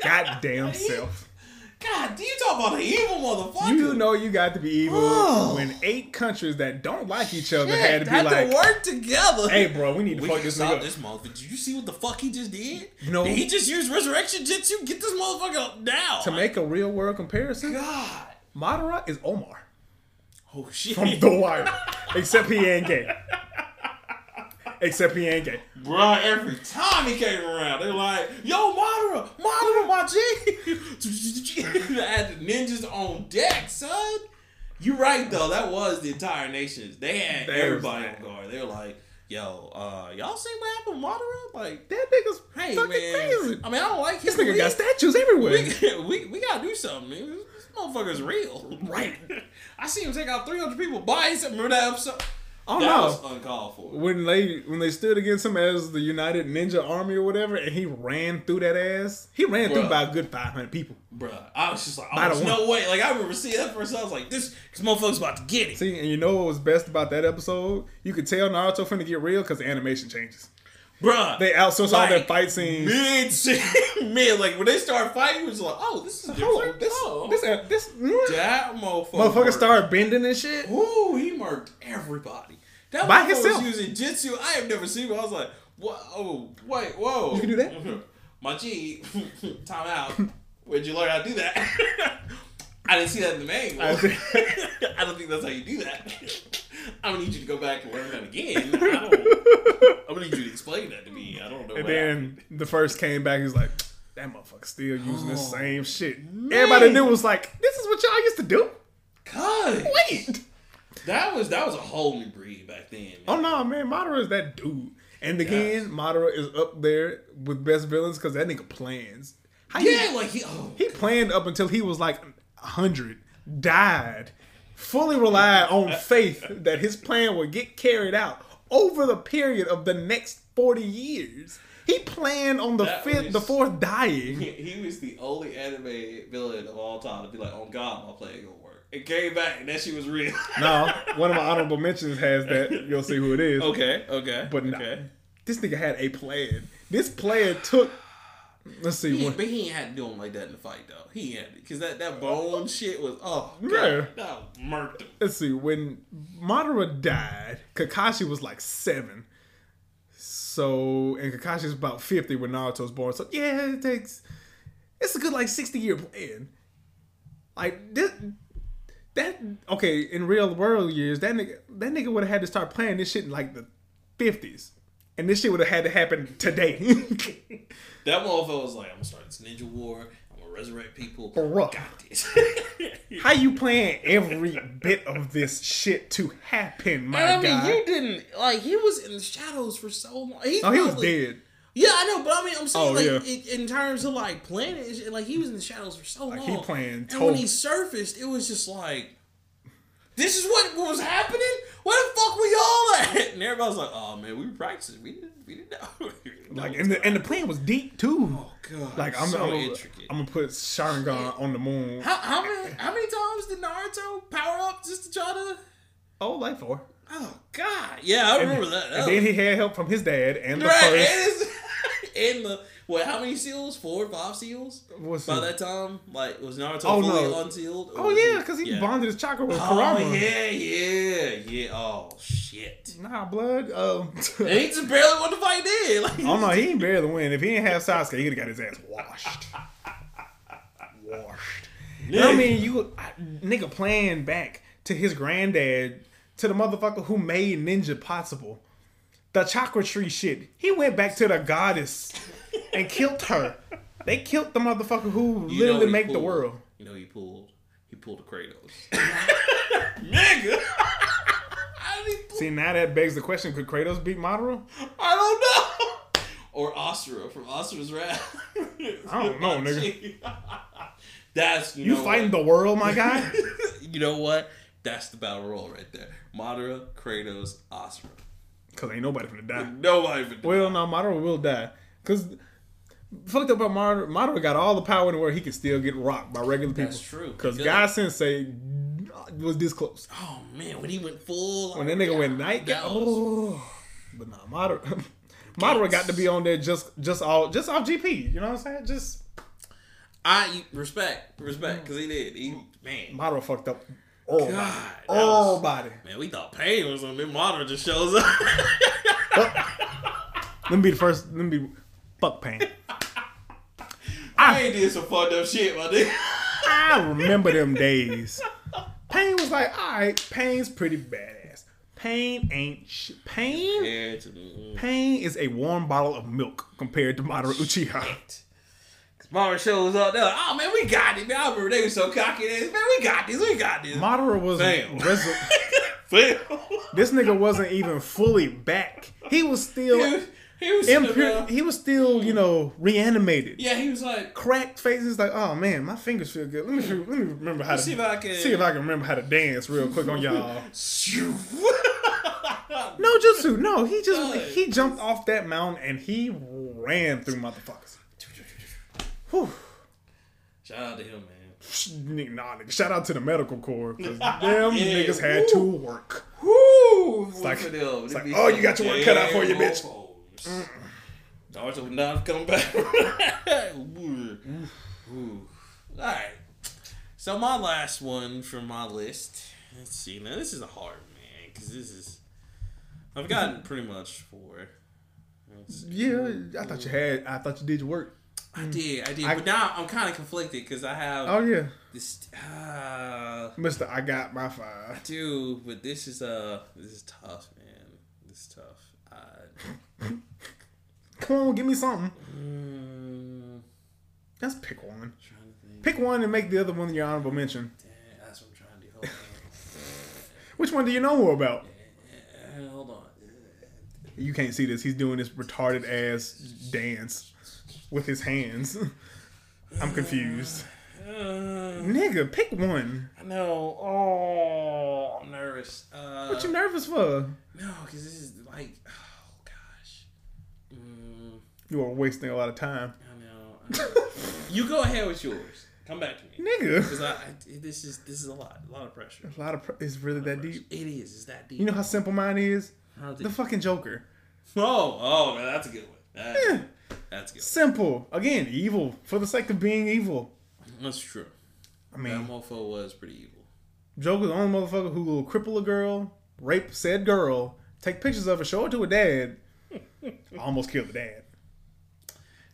goddamn self.
God, do you talk about an evil motherfucker?
You know you got to be evil
Oh.
when eight countries that don't like each other
Shit,
had to be like,
work together.
"Hey, bro, we need to
we
fuck
can
this
stop
nigga."
this
This.
motherfucker. Did you see what the fuck he just did?
You know-
did he just use resurrection jitsu? Get this motherfucker up now.
To make a real world comparison,
God.
Madara is Omar
Oh shit,
from The Wire, except he ain't gay. Except he ain't gay.
Bruh, Every time he came around, they were like, "Yo, Madara, Madara, my G." I had the ninjas on deck, son. You right though. That was the entire nation. They had
They was
everybody
mad.
on guard. They were like, "Yo, uh, y'all seen what happened, to Madara? Like,
That nigga's
hey
fucking
man,
crazy.
I mean, I don't like him.
This nigga
We-
got statues everywhere.
we, we, we gotta do something, man. This motherfucker's real.
Right.
I seen him take out 300 people by himself. Remember that episode?
Oh
that
no.
was uncalled for.
when they when they stood against him as the United Ninja Army or whatever, and he ran through that ass. He ran through
Bruh.
by a good five hundred people.
Bruh, I was just like,
By
I
the
was no way. Like, I remember seeing that first. I was like, this, this motherfucker's about to get it.
See, and you know what was best about that episode? You could tell Naruto finna get real because the animation changes.
Bruh.
They outsource all their
Like,
fight scenes.
Mid, mid, like, when they start fighting, it was like, oh, this is
Hold
different.
on, this,
oh,
this, uh, this, mm.
that motherfucker.
motherfucker
murked-
started bending and shit.
Ooh, he murked everybody. That
By
motherfucker
himself.
was using jitsu. I have never seen him. I was like, what? Oh, wait, whoa.
You can do that?
My G, time out. Where'd you learn how to do that? I didn't see that in the manual.
I see.
I don't think that's how you do that. I don't need you to go back and learn that again. I don't, I'm gonna need you to explain that to me. I don't know.
And
what happened.
then the first came back. He's like, that motherfucker still using the same shit. Everybody knew was like, this is what y'all used to do.
God,
Wait.
that was that was a whole new breed back then. man.
Oh no, man, Madara is that dude. And again, Madara is up there with best villains because that nigga plans. How you-
yeah, like he, oh,
he planned up until he was like hundred, died, fully relied on faith that his plan would get carried out over the period of the next forty years. He planned on the
That
fifth,
was-
the fourth dying.
he was the only anime villain of all time to be like, "Oh God, my plan gonna work." It came back, and that shit was real.
no, one of my honorable mentions has that. You'll see who it is.
okay, okay,
But nah.
Oh, okay.
This nigga had a plan. This plan took. Let's see.
He,
one.
but he ain't had to do him like that in the fight though. He had because that that bone shit was oh God,
Yeah.
that murked him.
let's see when Madara died, Kakashi was like seven. So and Kakashi's about fifty when Naruto's born. So yeah, it takes it's a good like sixty year plan. Like this, that okay in real world years that nigga that nigga would have had to start planning this shit in like the fifties, and this shit would have had to happen today.
That motherfucker was like, "I'm gonna start this ninja war. I'm gonna resurrect people."
Bruh.
Got this.
How you plan every bit of this shit to happen, my
I mean,
guy?
you didn't like. He was in the shadows for so long. He's
oh, he was
probably-
dead.
Yeah, I know, but I mean, I'm saying
Oh,
like
yeah.
it, in terms of like planning, and shit, like he was in the shadows for so long.
he playing
and when
Toph.
he surfaced, it was just like, this is what was happening. Where the fuck we all at? And everybody's like, oh man, we were practicing. We didn't, we didn't know. We didn't know
Like
what's
and the,
going
and the plan was deep too.
on. Oh, God,
Like I'm,
so
I'm,
intricate.
I'm gonna put Sharingan on the moon.
how, how many how many times did Naruto power up just to try to?
Oh, like four.
Oh God, yeah, I remember that. that
And then he had help from his dad and the
was, right,
first.
and, it's- and the what? How many seals? Four, five seals.
What's
By
it?
that time, like was Naruto
Oh,
fully
no.
unsealed? or
Oh
was
yeah, because he bonded his chakra with
Oh
Kurama.
yeah, yeah, yeah. Oh shit.
Nah, blood. Um,
And he just barely won the fight then. Like,
oh no, he ain't barely win. If he didn't have Sasuke, he'd have got his ass washed. washed.
Yeah.
I mean, you I, nigga playing back to his granddad, to the motherfucker who made ninja possible. The chakra tree shit. He went back to the goddess and killed her. They killed the motherfucker who
You know what
literally
he
make the
pulled?
world.
You know he pulled. He pulled a Kratos. Nigga. How did he pull-
See, now that begs the question: Could Kratos beat Madara?
I don't know. Or Asura from Asura's Wrath.
I don't know, nigga.
That's you,
You
know
fighting
what?
the world, my guy.
You know what? That's the battle royal right there. Madara, Kratos, Asura.
Cause ain't nobody finna die.
Nobody would
Well, no, Madara will die. Cause fucked up by Madara, Madara got all the power in the world. He can still get rocked by regular people.
That's true.
Because
He
God Sensei was this close.
Oh man, when he went full,
When that nigga went night,
That
oh, but nah, moderate, moderate got to be on there just just all just off GP. You know what I'm saying? Just
I respect, respect, because he did. He man,
moderate fucked up. Oh,
God,
God,
that
oh,
was-
body.
man, we thought Payne was on. Then Modern just shows up.
Let me be the first. Let me be fuck pain.
I ain't did some fucked up shit, my nigga.
I remember them days. Pain was like, all right, Pain's pretty badass. Pain ain't sh- Pain.
Yeah, it's- mm,
Pain is a warm bottle of milk compared to Madara Uchiha.
Modern shows up. They're like, oh man, we got it, man. I remember they were so cocky. They was, man, we got this, we got this.
Madara was
Damn.
res-
Fail.
this nigga wasn't even fully back. He was still
he was, he was sitting
impu-
around.
he was still, you know, reanimated.
yeah, he was like,
Cracked faces like, oh man, my fingers feel good. Let me feel- let me remember how to
see if I can-
see if I can remember how to dance real quick on y'all.
shoo.
No jutsu, no. He just
Good.
he jumped off that mountain and he ran through motherfuckers. Whew.
Shout out to him, man.
Nigga, Nah, nigga. Shout out to the medical corps. 'cause them
Yeah.
niggas had to work.
Woo! It's
like- it's like, oh, you got your work cut out for you, bitch.
Naruto would not have come back. Ooh. Ooh. All right. So my last one from my list. Let's see. Now this is a hard man because this is. I've gotten
Mm-hmm.
pretty much four. Let's see.
Yeah, I thought you had. I thought you did your work.
I did, I did,
Mm-hmm. I-
but now I'm kind of conflicted because I have
Oh yeah,
this. Uh,
Mister. I got my five.
Dude, but this is uh this is tough, man. This is tough. I,
Come on, give me something.
mm,
Let's pick one.
trying to think.
Pick one and make the other one your honorable mention.
Eh, That's what I'm trying to do. Hold
Which one do you know more about?
on. Eh, Hold on.
You can't see this. He's doing this retarded ass dance with his hands. I'm confused.
Uh,
Nigga, pick one.
no. Oh, I'm nervous. Uh,
What you nervous for?
no, because this is like, oh gosh. Mm,
You are wasting a lot of time.
I know. I know. you go ahead with yours. Come back to me. Because
Nigga.
I, I, this is this is a lot, a lot of pressure.
A lot of pr- it's really that
It
deep.
is. It's that deep.
You know how simple mine is?
How deep?
The fucking Joker.
Oh, oh, man, that's a good one. That's,
Yeah.
that's a good.
Simple. Again, evil. For the sake of being evil.
One. That's true.
I
That
mean,
mofo was pretty evil.
Joker's the only motherfucker who will cripple a girl, rape said girl, take pictures of her, show it to her dad, almost kill the dad,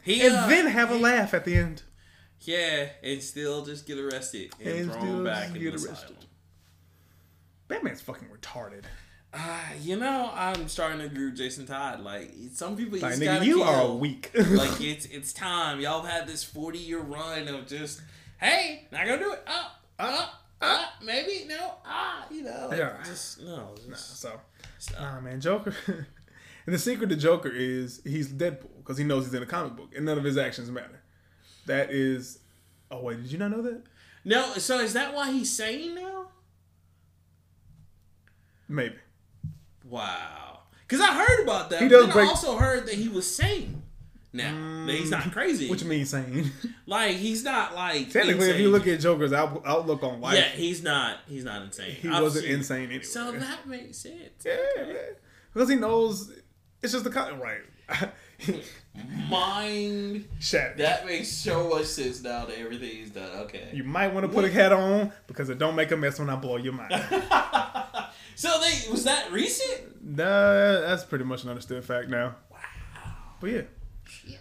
He
and
uh,
then have a laugh at the end.
yeah, and still just get arrested and,
And
thrown
still
back
just
in
get
the
arrested.
asylum.
Batman's fucking retarded.
Ah, you know, I'm starting to agree with Jason Todd. Like some people, you
Like,
just
nigga,
gotta
you
feel-
are weak.
like it's it's time. Y'all had this 40 year run of just hey, not gonna do it. Ah, ah, ah, maybe no. Ah, you know, like,
Yeah.
just no. Just,
so,
stop.
nah, man, Joker. and the secret to Joker is he's Deadpool because he knows he's in a comic book and none of his actions matter. That is. Oh wait, did you not know that?
No. So is that why he's sane now?
Maybe.
Wow. Because I heard about that.
He
but
does
then
break-
I also heard that he was sane now. That he's not crazy.
What you Mm. mean, sane?
Like, he's not like.
Technically, if
insane.
you look at Joker's out- outlook on life,
Yeah, he's not. He's not insane.
he wasn't
Obviously.
insane anyway.
So that makes sense.
Yeah, man. Because he knows it's just the con right.
Mind.
Shat.
That makes so much sense now that everything he's done. Okay.
you might want to put a hat on because it don't make a mess when I blow your mind.
So they was that recent?
nah, that's pretty much an understood fact now. Wow. But yeah,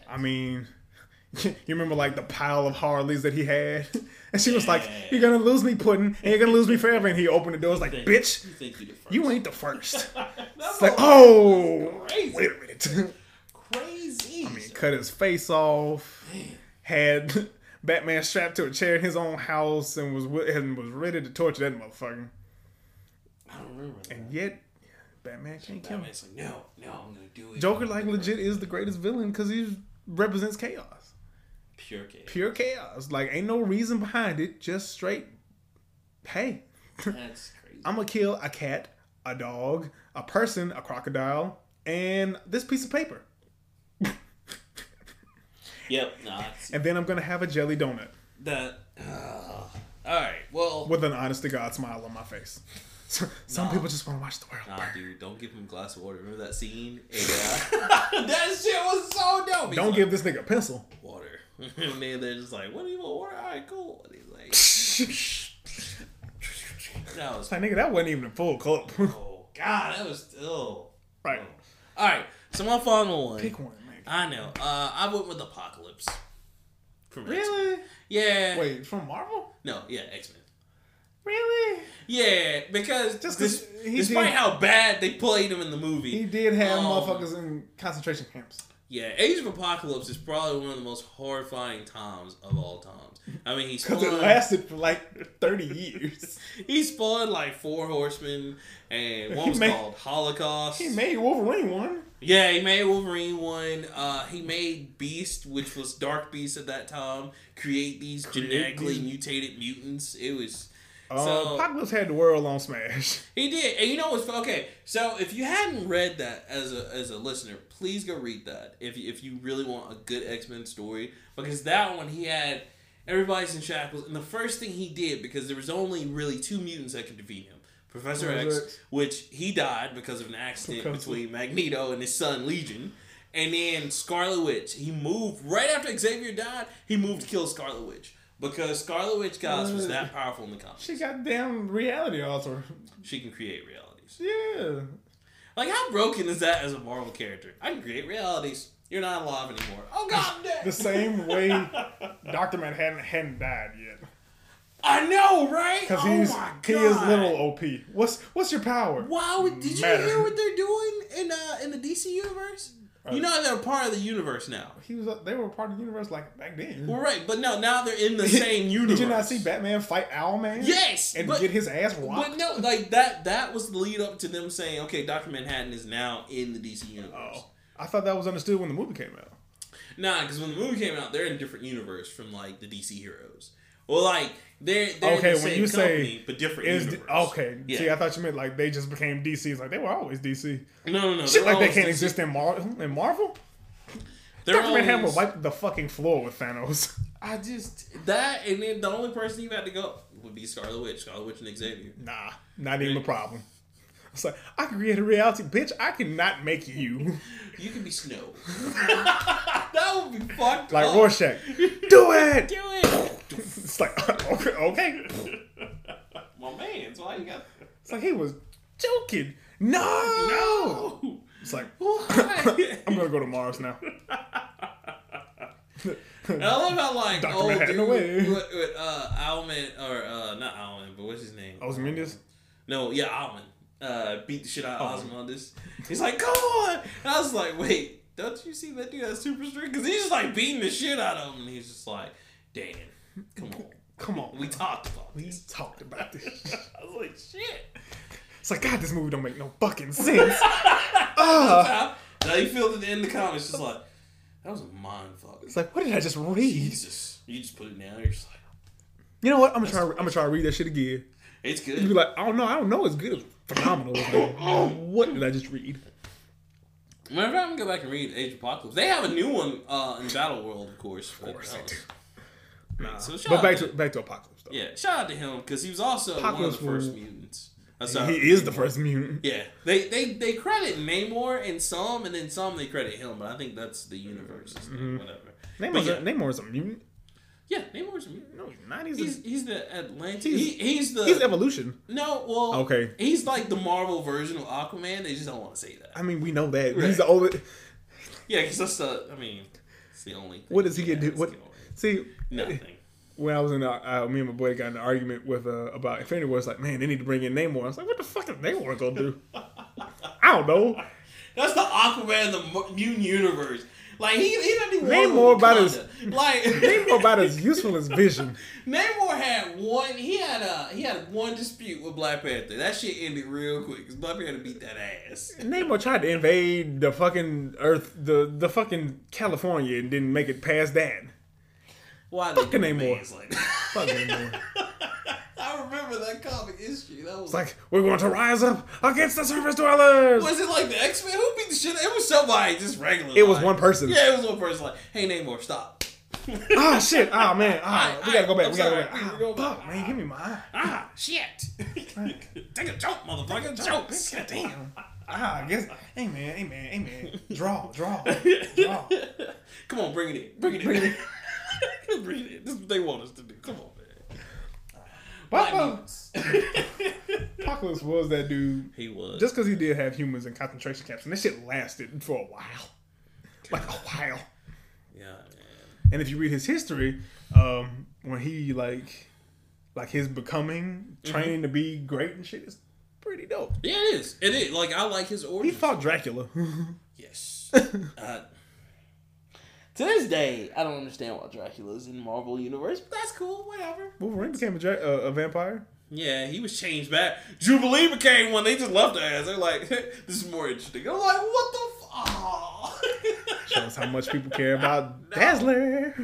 I mean, you remember like the pile of Harleys that he had, and she was like,
Yeah.
"You're gonna lose me, Puddin', and you're gonna lose me forever." And he opened the door, was like, "Bitch,
You think you the first?
you ain't the first.
That's
It's like,
all
"Oh,
Crazy.
wait a minute."
crazy. I mean,
cut his face off, had Batman strapped to a chair in his own house, and was wi- and was ready to torture that motherfucker.
I don't remember. That.
And yet, Batman can't kill
That
him.
man's like, no, no, I'm gonna do it.
Joker, like legit, is the greatest villain because he represents chaos,
Pure case.
pure chaos. Like ain't no reason behind it, just straight. Hey,
That's crazy.
I'm gonna kill a cat, a dog, a person, a crocodile, and this piece of paper,
Yep. Nah. I see.
and then I'm gonna have a jelly donut.
That. Uh, All right. Well,
with an honest to God smile on my face. So, some
Nah.
people just want to watch the world
nah,
burn.
dude, don't give him a glass of water. Remember that scene? And, uh, that shit was so dope. He's
Don't
like,
give this nigga a pencil.
water. and then they're just like, "What do you want water? All right, cool." And he's like, "That was
It's like, nigga, that wasn't even a full cup.
oh god, that was oh
right.
All right, so my final one.
Pick one, nigga.
I know. Uh, I went with Apocalypse. From X-Men.
Really?
Yeah.
Wait, from Marvel?
No. Yeah, X Men.
Really?
Yeah, because
Just
just
'cause he
despite
did-
how bad they played him in the movie,
He did have
Um,
motherfuckers in concentration camps.
Yeah, Age of Apocalypse is probably one of the most horrifying times of all times. I mean, he
Because
spawned,
it lasted for like 30 years.
he spawned like four horsemen, and one
He
was
made-
called Holocaust.
he made Wolverine one.
yeah, he made Wolverine one. Uh, he made Beast, which was Dark Beast at that time, create these genetically
these-
mutated mutants. It was
Uh,
So-
Apocalypse had the world on Smash.
He did, and you know what's okay. So if you hadn't read that as a as a listener, please go read that if you- if you really want a good X Men story because that one he had everybody's in shackles, and the first thing he did because there was only really two mutants that could defeat him, Professor
Professor
X,
X.
which he died because of an accident
Because-
between Magneto and his son Legion. And then Scarlet Witch, he moved right after Xavier died. He moved to kill Scarlet Witch because Scarlet Witch, guys, was that powerful in the comics.
She got damn reality alter.
She can create realities.
Yeah.
Like, how broken is that as a Marvel character? I can create realities. You're not alive anymore. Oh, God damn.
The same way Dr. Manhattan hadn't died yet.
I know, right?
Because
oh,
he's
my God.
he is little OP. What's what's your power?
Wow, did you
Matter.
hear what they're doing in uh, in the DC universe?
Uh,
you know they're part of the universe now.
He was they were part of the universe like back then.
Well, right, but no, now they're in the same universe.
Did you not see Batman fight Owlman?
Yes,
And
but-
get his ass
But
whopped.
no, like that that was the lead up to them saying, okay, Dr. Manhattan is now in the DC universe.
Oh. I thought that was understood when the movie came out.
Nah, because when the movie came out, they're in a different universe from like the DC heroes. Well, like they're, they're
Okay,
in the
when
same
you say
company, but different
Is
universe.
okay.
Yeah.
See, I thought you meant like they just became DC. It's like they were always DC.
no, no, no.
Shit
they're always
like they can't
DC.
exist in, Mar- in Marvel.
They're
Dr. Manhattan would
always-
wipe the fucking floor with Thanos.
I just that, and then the only person you had to go would be Scarlet Witch, Scarlet Witch and Xavier.
Nah, not even a problem. It's like I can create a reality, bitch. I cannot make you
You could be Snow. that would be fucked.
like
up.
Rorschach. Do it.
Do it,
It's like okay, okay.
my man. So why you got?
It's like he was joking. No, no.
No.
It's like
Why?
I'm gonna go to Mars now.
And I love how like
Dr.
old
Manhattan
dude
away.
with, with uh Owlman or uh not Owlman, but what's his name?
Ozymandias.
No, yeah, Almond. Uh, beat the shit out of Ozymandias. He's like, come on! And I was like, wait, don't you see that dude has super strength? Because he's just like beating the shit out of him. And he's just like, Dan, come on.
Come on,
We talked about
we
this.
talked about this.
I was like, shit.
It's like God, this movie don't make no fucking sense. Ah.
Now you feel it in the comments, just like, that was a mind fuck.
It's like what did I just read?
Jesus. You just put it down, you're just like,
You know what? I'm gonna try. I'm gonna try to read that shit again.
it's
You'd be
good.
like, I don't know, I don't know. It's good, it's phenomenal. It's like, oh, what did I just read?
Whenever I'm gonna go back and read Age of Apocalypse, they have a new one uh, in Battle World, of course. Of
course they do.
So shout
But
out
back
to-
to back to apocalypse. Though.
Yeah, shout out to him because he was also
Apocalypse
one of the first
World.
mutants. That's how-
He is the first mutant.
Yeah, they, they they credit Namor in some, and then some they credit him, but I think that's the universe,
Mm-hmm.
whatever. But
Namor's
yeah,
a, Namor is a mutant.
yeah, Namor's a mutant.
No, he's not. He's he's,
He's he's the Atlantic.
He's-
he, he's the
he's evolution.
no. Well,
Okay.
He's like the Marvel version of Aquaman. They just don't want to say that.
I mean, we know that
Right.
he's the only.
Yeah, because that's the. I mean, it's the only. Thing
What does he
Yeah,
get? Do?
it's
What?
the only-
See,
Nothing.
when I was in, uh, uh, me and my boy got in an argument with uh, about Infinity War. It's like, man, they need to bring in Namor. I was like, what the fuck is Namor gonna do? I don't know.
That's the Aquaman of the mu- mutant universe. Like he, he doesn't even
Name
want
more about
Wakanda.
his-
like
Namor about as useful as Vision.
Namor had one. He had a he had one dispute with Black Panther. That shit ended real quick because Black Panther beat that ass.
Namor tried to invade the fucking Earth, the the fucking California, and didn't make it past that.
Why they
Fucking
do
Namor.
things Like that?
Fuck Namor.
I remember that comic issue. That was
It's like we're going to rise up against the surface dwellers.
was it like the X Men? Who beat the shit? It was somebody just regular.
It was
like-
one person.
Yeah, it was one person. Like, hey Namor, stop.
Ah shit! Ah man! Ah,
Alright,
we gotta go back.
I'm
we gotta
sorry. We- we go
go back. Ah,
back.
fuck, man, give me mine.
Ah, shit. Take a joke, motherfucker. Jokes.
God damn. Ah, I guess. Hey man, hey man, hey man. Draw, draw, draw.
Come on, bring it in. Bring it
Bring it
in. bring it in. This is what they want us to do. Come on, man.
Papa,
Black Mutants.
Apocalypse was that dude.
he was.
Just because he did have humans in concentration camps, and that shit lasted for a while, like a while.
yeah, man.
And if you read his history, um, when he like, like his becoming,
Mm-hmm.
training to be great and shit, is pretty dope.
Yeah, it is. It is. Like, I like his
He
origin.
fought Dracula.
yes. uh, to this day, I don't understand why Dracula's in Marvel Universe, but that's cool. Whatever.
Wolverine became a, dra- uh, a vampire.
Yeah, he was changed back. Jubilee became one. They just left her ass. They're like, this is more interesting. I'm like, what the f- aw.
Shows how much people care about Dazzler.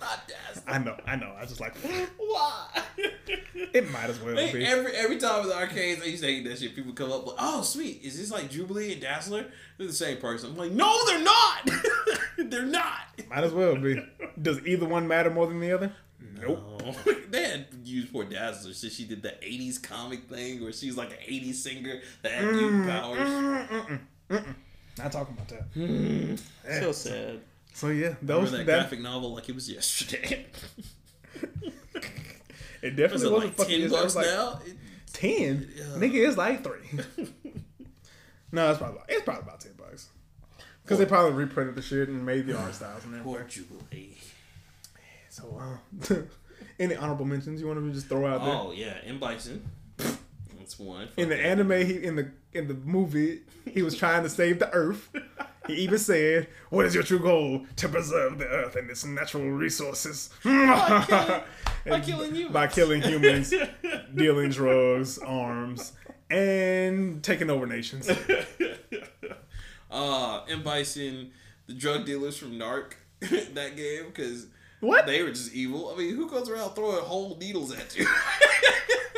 Not that.
I know, I know. I just like
Why?
it. Might as well
They-
be.
every every time in the arcades, they used to hate that shit. People come up like, oh, sweet. Is this like Jubilee and Dazzler? They're the same person. I'm like, no, they're not. they're not.
Might as well be. Does either one matter more than the other? Nope.
Oh, they had used poor Dazzler since she did the 80s comic thing where she's like an 80s singer that had mutant powers.
Mm, mm-mm, mm-mm. Not talking about that.
So sad.
So yeah,
Remember
those
that
that,
graphic novel like it was yesterday.
it
Was
definitely
it
was
like
a fucking.
ten
it was
bucks
like
now? It-
Ten, nigga, it's like three. no, it's probably about, it's probably about ten bucks. Because they probably reprinted the shit and made the art styles and everything.
Poor Jubilee.
So, uh, any honorable mentions you want to just throw out there?
Oh yeah, M Bison. That's one.
In the anime, he in the in the movie, he was trying to save the Earth. He even said, "What is your true goal? To preserve the Earth and its natural resources by
by killing humans.
by killing humans, dealing drugs, arms, and taking over nations."
uh, M Bison, the drug dealers from Narc, that game because
What?
they were just evil. I mean, who goes around throwing whole needles at you?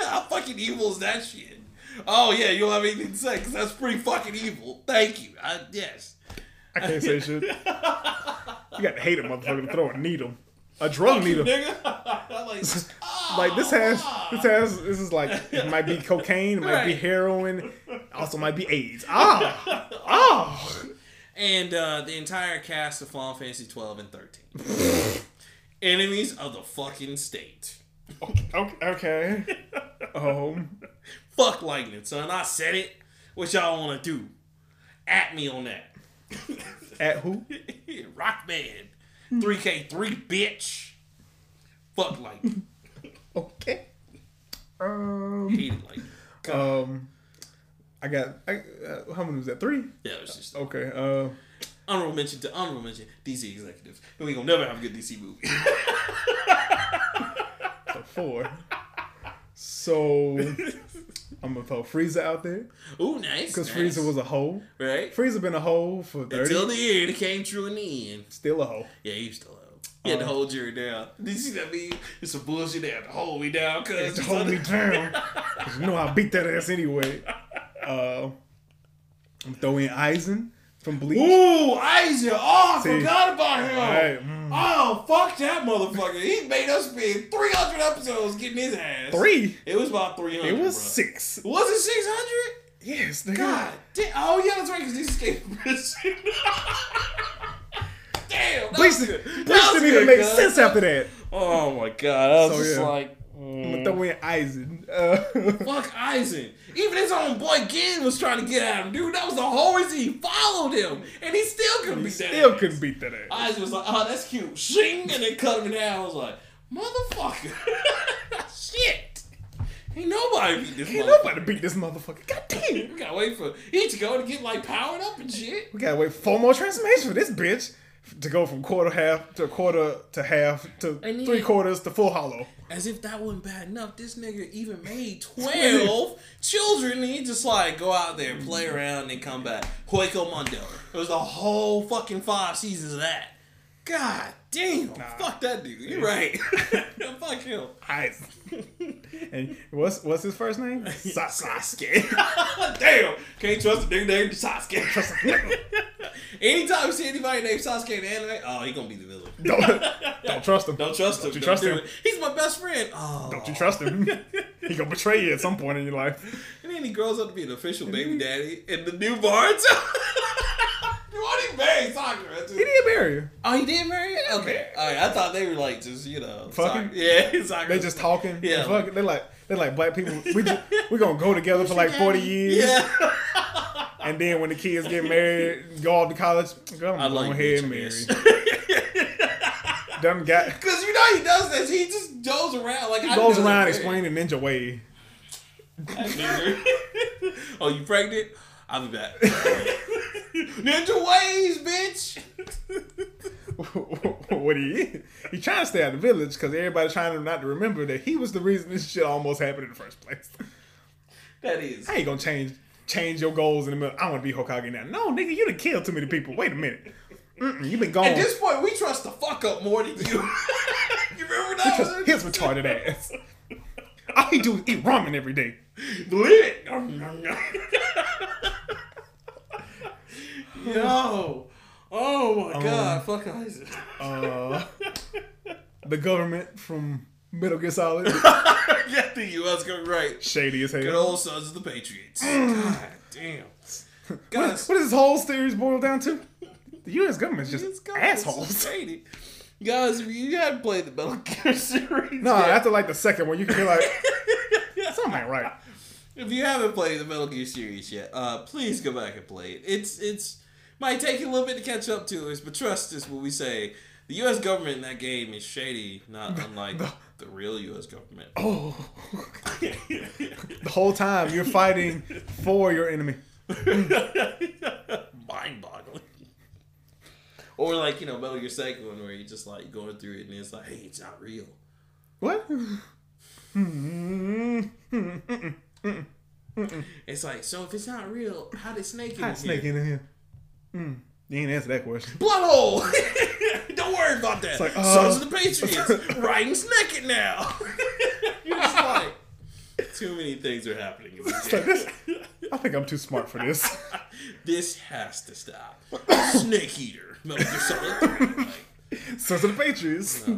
How fucking evil is that shit? Oh yeah, you don't have anything to say because that's pretty fucking evil. Thank you. I, yes.
I can't say shit. You got to hate a motherfucker to throw a needle, a drug needle.
Nigga, I'm like, ah,
Like this has this has this is like it might be cocaine, it might be
Right.
heroin, also might be AIDS. Ah, ah.
and uh, the entire cast of Final Fantasy 12 and 13. Enemies of the fucking state.
Okay. okay. Um,
Fuck lightning, son. I said it. What y'all want to do? At me on that.
at who?
Rock band. 3K3, bitch. Fuck lightning.
Okay. Um,
Hate it lightning.
um, I got. I, uh, how many was that? Three.
Yeah, it's just
Okay. Uh,
honorable mention to honorable mention DC executives. And we gonna never have a good DC movie.
so four. So I'm gonna throw Frieza out there
Ooh, nice.
because
nice.
Frieza was a hoe.
right.
Frieza been a hoe for thirty.
Until the end, it came true in the end.
Still a hoe.
Yeah, he still out. He
Uh,
had to hold Jerry down. Did you see that meme? It's some bullshit that had to hold me down, cause
to hold me down. 'Cause you know I beat that ass anyway. Uh, I'm throwing Eisen from Bleach.
Ooh, Isaac! Oh, I
See.
forgot about him.
Right, mm.
Oh, fuck that motherfucker! He made us spend three hundred episodes getting his ass.
Three.
It was about three hundred.
It was
bruh.
six.
Was it six hundred?
Yes, nigga.
God damn! Oh yeah, that's right. Cause these escaped from prison. damn. that
Bleach,
was good.
Bleach
That was
didn't even
good,
make
cuz.
sense after that.
Oh my god! I was
So,
just
yeah.
like. mm.
I'm throwing Eisen. Uh,
Fuck Eisen. Even his own boy Ginn was trying to get at him, dude. That was the whole reason he followed him. And he still couldn't be that.
still
ass.
couldn't beat that ass.
Eisen was like, oh, that's cute. Shing! And then cut him in half. I was like, motherfucker. Shit. Ain't nobody beat this
Ain't
motherfucker.
nobody beat this motherfucker. God damn.
We gotta wait for Ichigo to get, like, powered up and shit.
We gotta wait four more transformations for this bitch to go from quarter half to quarter to half to
I need-
three quarters to full hollow.
As if that wasn't bad enough, this nigga even made 12 children and he just like go out there, play around, and come back. Hueco Mundo. It was the whole fucking five seasons of that. God damn. Fuck that dude. You're right. Fuck him.
Eisen. and what's what's his first name? Sasuke.
damn. Can't trust a nigga named Sasuke. Anytime you see anybody named Sasuke in anime, oh, he gonna be the villain.
Don't, don't trust him.
Don't trust him.
Don't you trust
do
him.
it. He's my best friend. Oh.
Don't you trust him? he gonna betray you at some point in your life.
And then he grows up to be an official baby daddy and the new bards. Why did he marry Sakura? too?
He did marry her.
Oh, he did marry? her? Okay. All right, I thought they were like just, you know.
Fucking?
Sak- Yeah, Sakura.
They just talking.
Yeah.
Yeah. Fuck, they like they like black people. We just, we gonna go together for like forty years,
Yeah.
and then when the kids get married, go off to college. Go
I like
on ahead and marry.
bitch,
Them got
Because you know he does this. He just goes around. like I
goes
know that
around
very-
explaining ninja way.
oh, you pregnant? I'll be back. Ninja ways, bitch.
what he he trying to stay out of the village because everybody's trying to not to remember that he was the reason this shit almost happened in the first place.
That is.
I ain't gonna change change your goals in the middle. I want to be Hokage now. No, nigga, you done killed too many people. Wait a minute. Mm-mm, you been gone.
At this point, we trust the fuck up more than you. you remember that?
Just his retarded ass. All he do is eat ramen every day.
Believe it. Yo. Oh my god. Fuck Isaac.
Uh, the government from Metal Gear Solid,
yeah, the U.S. going right.
shady as
Good
hell.
old sons of the Patriots. god damn.
What,
Guys,
what does this whole series boil down to? The U.S. government's just
It's got
assholes.
some shady. Guys, if you had played the Metal Gear series.
No,
yet-
after like the second one, you can be like, something ain't right.
if you haven't played the Metal Gear series yet, uh, please go back and play it. It's it's might take you a little bit to catch up to us, but trust us when we say the U.S. government in that game is shady, not unlike the real U.S. government.
Oh. the whole time you're fighting for your enemy.
Mind boggling. Or like you know Metal Gear Second one where you're just like going through it and it's like, hey, it's not real.
What?
It's like so if it's not real, how did Snake get in
Hot snake
here?
in here. Mm, you ain't answer that question.
Blood hole. Don't worry about that.
like,
Sons
uh,
of the Patriots riding's naked now. You're just like, too many things are happening. in this game.
Like this, I think I'm too smart for this.
This has to stop. Snake Eater. Metal Gear Solid three. Like,
Sons of the Patriots.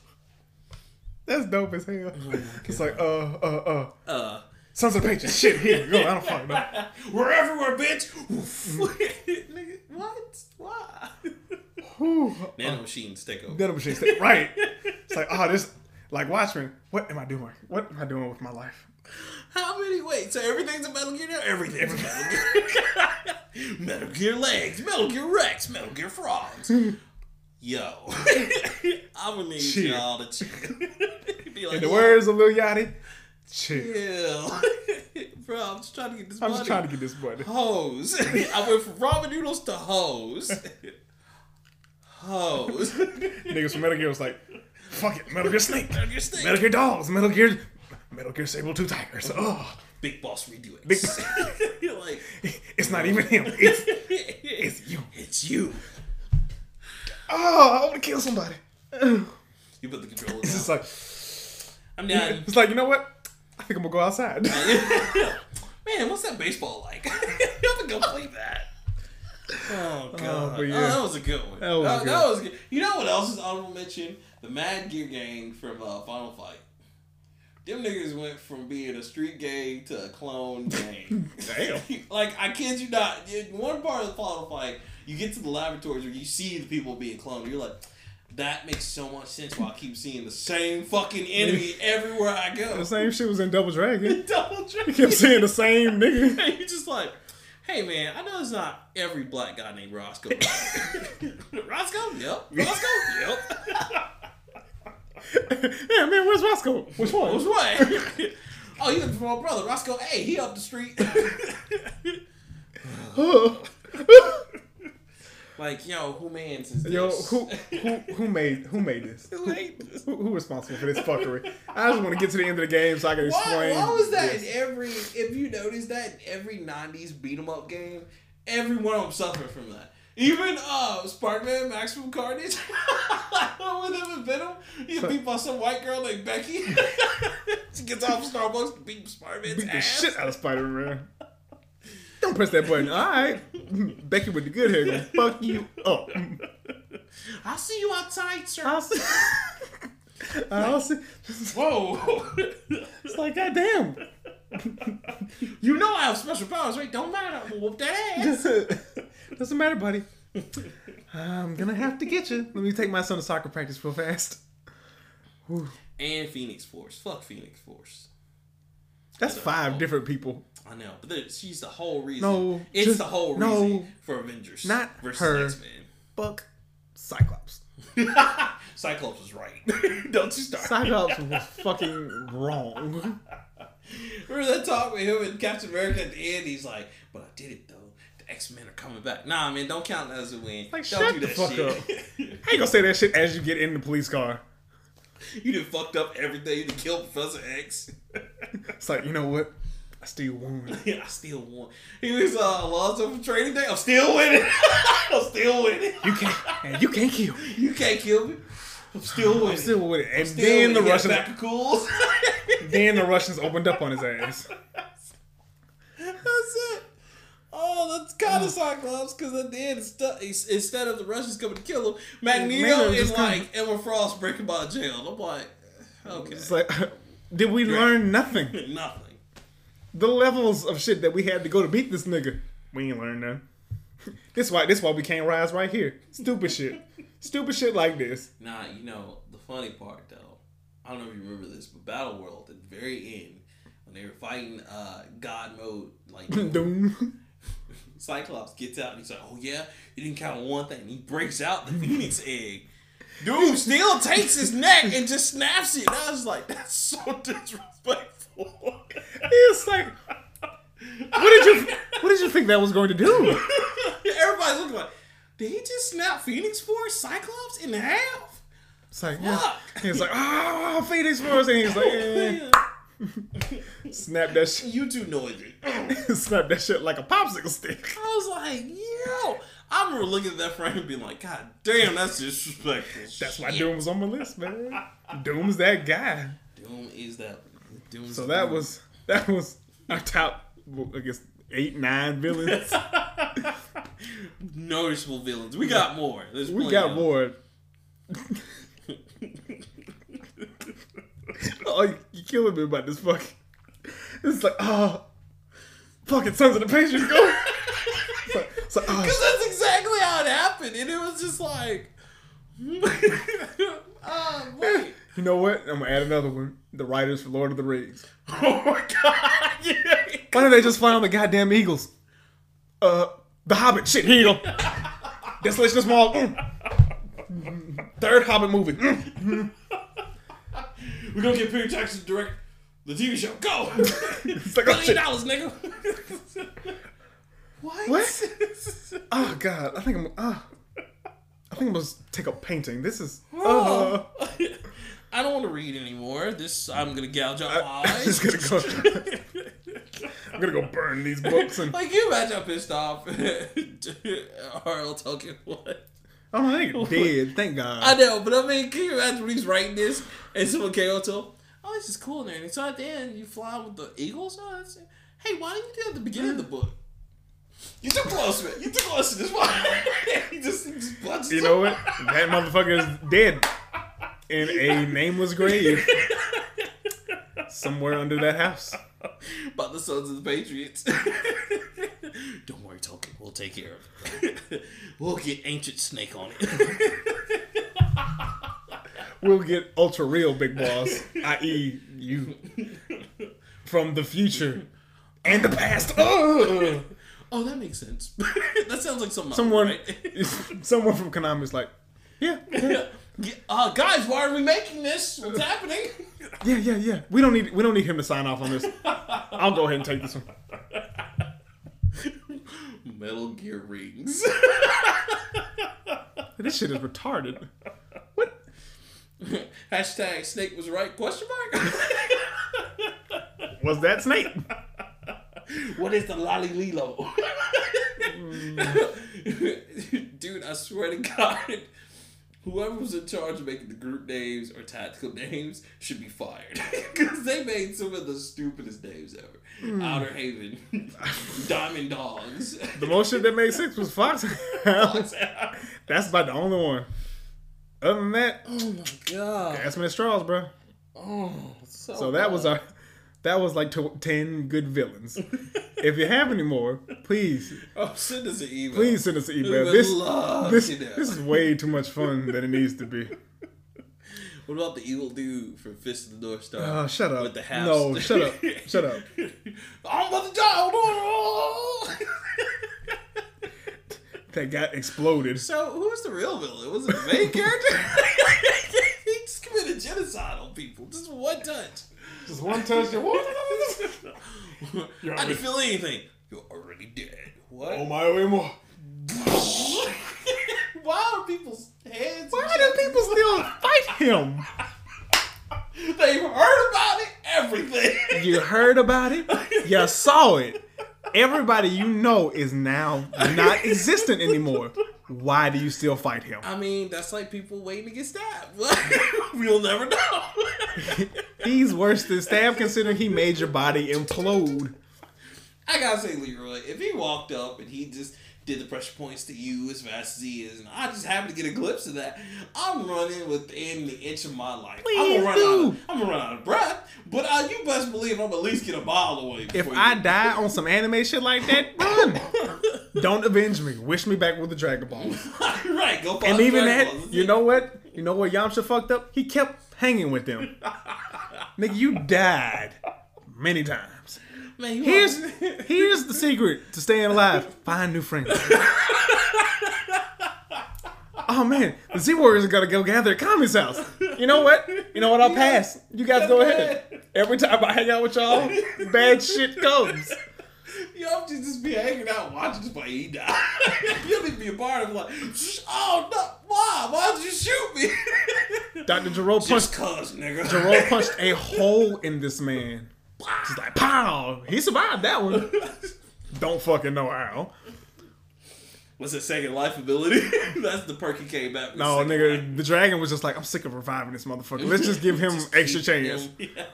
That's dope as hell. it's like, uh, uh, uh.
Uh,
Sons of the Patriots. Shit, here you go. I don't fucking know.
we're everywhere, bitch. Nigga, what? Why?
Whew.
Nano machines take over.
Denim machine stick. Right. It's like, oh, this, like Watchmen. What am I doing? What am I doing with my life?
How many? Wait, so everything's a Metal Gear now? Everything's a Metal Gear. Metal Gear legs, Metal Gear Rex, Metal Gear frogs. Yo, I'm gonna need
Chill.
y'all to chill. Be like,
In the words of Lil Yachty, chill.
"Ew." bro, I'm just trying to get this
I'm
money.
just trying to get this money.
Hose. I went from ramen noodles to hose. Hose.
Niggas from Metal Gear was like, fuck it, Metal Gear Snake,
Metal Gear Snake.
Metal Gear Dogs, Metal Gear, Metal Gear Sable Two Tigers. Oh,
Big Boss Redo It.
Big-
You're like,
it's not even him. It's
it's,
it's you.
you.
Oh, I want to kill somebody. It's
You put the controller
just
down.
like
I'm done.
it's like you know what? I think I'm gonna go outside.
Man, what's that baseball like? you have to go play that. Oh god,
but
Oh,
yeah.
that was a good one.
That was
that,
good.
that was good. You know what else is honorable mention? The Mad Gear Gang from uh, Final Fight. Them niggas went from being a street gang to a clone gang.
Damn.
like I kid you not, in one part of the Final Fight, you get to the laboratories where you see the people being cloned. You're like, that makes so much sense. Why I keep seeing the same fucking enemy everywhere I go.
the same shit was in Double Dragon.
Double
You kept
dragon.
seeing the same nigga.
And you're just like, hey man, I know it's not every black guy named Roscoe. Roscoe? Yep. Roscoe? Yep.
yeah, man, where's Roscoe? Which one?
Which way? oh, you looking for my brother, Roscoe? Hey, he up the street. like, yo, who mans is this?
Yo, who who who made who made this?
Who ain't this?
Who, who responsible for this fuckery? I just want to get to the end of the game so I can
Oh, Why,
explain.
why was that
this.
in every? If you notice that in every '90s beat 'em up game, every one of them suffered from that. Even uh, Sparkman, Maximum Carnage, with him and Venom, he get beat by some white girl named Becky. she gets off Starbucks to beat Sparkman's
Beat the
ass.
shit out of Spider Man. Don't press that button. All right, Becky with the good hair gonna fuck you up.
I'll see you outside, sir.
I'll see. I'll see.
Whoa.
It's like, goddamn.
you know I have special powers, right? Don't matter. I'm gonna whoop that ass.
Doesn't matter, buddy. I'm gonna have to get you. Let me take my son to soccer practice real fast.
and Phoenix Force. Fuck Phoenix Force.
That's five different people.
I know, but there- she's the whole reason.
No,
it's
just-
the whole reason
no.
for Avengers.
Not
versus
her.
X-Men.
Fuck Cyclops.
Cyclops was right. Don't you start.
Cyclops was fucking wrong.
Remember that talk with him and Captain America at the end? He's like, "But I did it though. The X Men are coming back. Nah, man, don't count that as a win.
Like,
don't
shut the fuck
shit.
I ain't gonna say that shit as you get in the police car.
you done fucked up everything. You done killed Professor X.
It's like, you know what? I still won.
I still won. He was uh, Alonzo from Training Day. I'm still winning. I'm still winning.
You can't, and you can't kill. me.
You can't kill me. I'm still winning.
I'm still with it. And
Still
then the
winning. Got
Russians,
back of cools.
then the Russians opened up on his ass.
That's it. Oh, that's kind of Cyclops because at the end, instead- instead of the Russians coming to kill him,
Magneto
Magneto is
just come-
like Emma Frost breaking by jail. I'm like, okay,
It's like, did we learn nothing?
nothing.
The levels of shit that we had to go to beat this nigga, we ain't learned none. This why this why we can't rise right here. Stupid shit. Stupid shit like this.
Nah, you know the funny part though. I don't know if you remember this, but Battle World at the very end when they were fighting uh, God Mode, like
Doom.
Cyclops gets out and he's like, "Oh yeah, you didn't count one thing." And he breaks out the Phoenix egg. Dude still takes his neck and just snaps it. And I was like, "That's so disrespectful."
It's like, what did you what did you think that was going to do?
Everybody's looking like, "Did he just snap Phoenix Force Cyclops in half?"
It's like, yeah.
Fuck.
He's like, oh, Phoenix Force, and he's like, eh.
Man,
snap that shit,
you too noisy. I
snap that shit like a popsicle stick.
was like, "Yo." I remember looking at that frame and being like, "God damn, that's disrespectful."
That's why Doom was on my list, man. Doom's that guy.
Doom is that. Doom's
So that was that was our top, well, I guess eight nine villains.
noticeable villains. We got more. There's
We
plenty
got
of-
more. oh, you- you killing me about this fucking. It's like oh, fucking sons of the patriots go. It's like, it's like, oh,
Because that's exactly how it happened. And it was just like. uh, wait.
You know what? I'm gonna add another one. The writers for Lord of the Rings.
Oh my god.
Why did they just fly on the goddamn eagles? Uh, the Hobbit. Shit, here you go. Desolation of Small. Third Hobbit movie. Mm.
We're going to get Peter Jackson to direct the TV show. Go!
It's like, oh,
Million
shit.
dollars, nigga. what?
What? Oh god, I think I'm. Uh, I think I'm gonna take up painting. This is. Uh,
Oh. I don't want to read anymore. This, I'm going to gouge out my
I'm
eyes.
just gonna go. I'm gonna go burn these books and.
Like you imagine how pissed off R.L. Tolkien was.
Oh, I think dead.
I
Thank God.
know, but I mean, can you imagine when he's writing this and someone came up to him? Oh, this is cool and everything. So at the end, you fly with the eagles. Oh, that's- hey, why didn't you do it at the beginning of the book? You too close, man. You too close to this one. he just, he just punches
You know what? That motherfucker is dead in a nameless grave somewhere under that house.
him about the sons of the Patriots. Don't worry, Tolkien. We'll take care of it. we'll get ancient snake on it.
We'll get ultra real, big boss, i.e., you from the future and the past. Ugh.
oh, that makes sense. that sounds like something. I would
Someone,
write.
someone from Konami is like, yeah, yeah,
Yeah, uh, guys, why are we making this? What's happening?
yeah, yeah, yeah. We don't need, we don't need him to sign off on this. I'll go ahead and take this one.
Metal Gear rings.
This shit is retarded. What?
Hashtag Snake was right? Question mark.
Was that Snake?
what is the lolly lilo? Dude, I swear to God, whoever was in charge of making the group names or tactical names should be fired because they made some of the stupidest names ever.
Hmm.
Outer Haven, Diamond Dogs.
The most shit that made sense was Fox. That's about the only one. Other than that,
Oh my god.
that's the straws, bro.
Oh, so,
So that was
bad.
our, that was like tw- ten good villains. if you have any more, please,
Oh, send us an email.
please send us an
We
email.
would
This,
love
this,
to know.
this is way too much fun than it needs to be.
What about the evil dude from Fist of the North Star?
Oh, shut up!
With the house.
No, shut up! Shut up!
I'm about to die. Hold on. Oh.
That guy exploded.
so, who was the real villain? Was it the main character? he just committed genocide on people. Just one touch.
Just one touch.
I didn't feel anything. You're already dead. What?
my way more.
Why are people's heads?
Why do people still fight him?
They've heard about it. Everything.
You heard about it. You saw it. Everybody you know is now not existent anymore. Why do you still fight him?
I mean, that's like people waiting to get stabbed. we'll never know.
He's worse than Stab, considering he made your body implode.
I gotta say, Leroy, if he walked up and he just did the pressure points to you as fast as he is, and I just happened to get a glimpse of that, I'm running within the inch of my life. I'm
Please
gonna run
do.
out. Of, I'm gonna run out of breath. But uh, you best believe I'm at least get a mile away.
If
before
I
you-
die on some anime shit like that, run. Don't avenge me. Wish me back with the Dragon Ball.
right, go.
And even that, you know what? You know what Yamcha fucked up? He kept hanging with them. Nigga, you died many times.
man, you
Here's
are-
here's the secret to staying alive. Find new friends. Oh man, the Z Warriors gotta go gather at Kami's house. You know what? You know what? I'll pass. You guys go ahead. Every time I hang out with y'all, bad shit comes.
You have to just be hanging out watching this he die. you need to be a part of it, like, "Shh, oh no, why? Why'd you shoot me?
Dr. Jerome
Just
punched
cuz, nigga.
Jerome punched a hole in this man. Just like pow. He survived that one. Don't fucking know how.
What's his second life ability? That's the perk he came back with.
No,
second life.
Oh, nigga, the dragon was just like, I'm sick of reviving this motherfucker. Let's just give him
Just
extra
keep
chance.
him- yeah.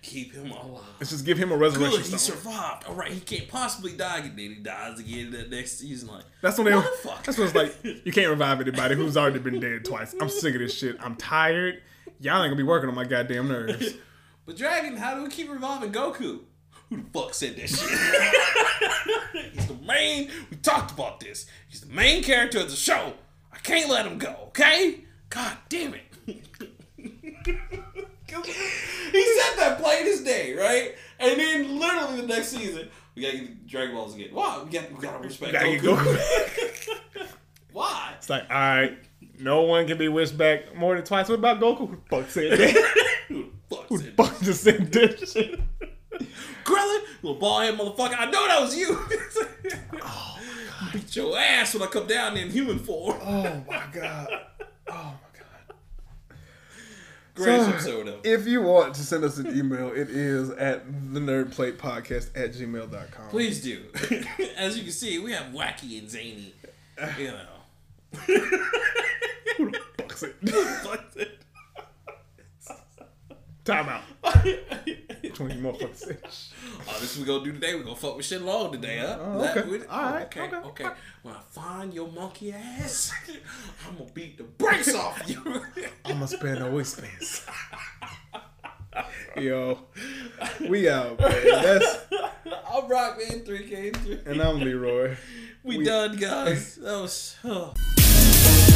Keep him alive.
Let's just give him a
Good,
resurrection
he
stone.
survived. All right, he can't possibly die again. Then he dies again that next season. Like
That's when they.
Motherfucker.
That's when it's like you can't revive anybody who's already been dead twice. I'm sick of this shit. I'm tired. Y'all ain't gonna be working on my goddamn nerves.
But Dragon, how do we keep reviving Goku? Who the fuck said that shit? He's the main. We talked about this. He's the main character of the show. I can't let him go. Okay? God damn it. he said that plain as day, right? And then literally the next season, we gotta get the Dragon Balls again. Why? We got we gotta respect
Gotta get
Goku. Why?
It's like, all right, no one can be wished back more than twice. What about Goku? Who the fuck said that?
Who the fuck
Who
said
the fuck just said that shit?
Krillin, little bald head motherfucker. I know that was you. Beat your ass when I come down in human form.
Oh my god. Oh my god.
Great
so-
episode of.
If you want to send us an email, it is at the nerdplatepodcast at gmail.com.
Please do. As you can see, we have wacky and zany. You know.
Fuck it.
Oh,
Time out.
oh,
20 motherfuckers said shit.
this we gonna do today. We gonna fuck with shit long today, huh?
Oh,
That
okay.
with-
All right,
Okay.
okay,
Okay.
fine.
When I find your monkey ass, I'm gonna beat the brakes off you.
I'm gonna spare no expense. Yo, we out, man. That's,
I'm Rockman 3K3.
and I'm Leroy.
We, done, guys. That was. Oh.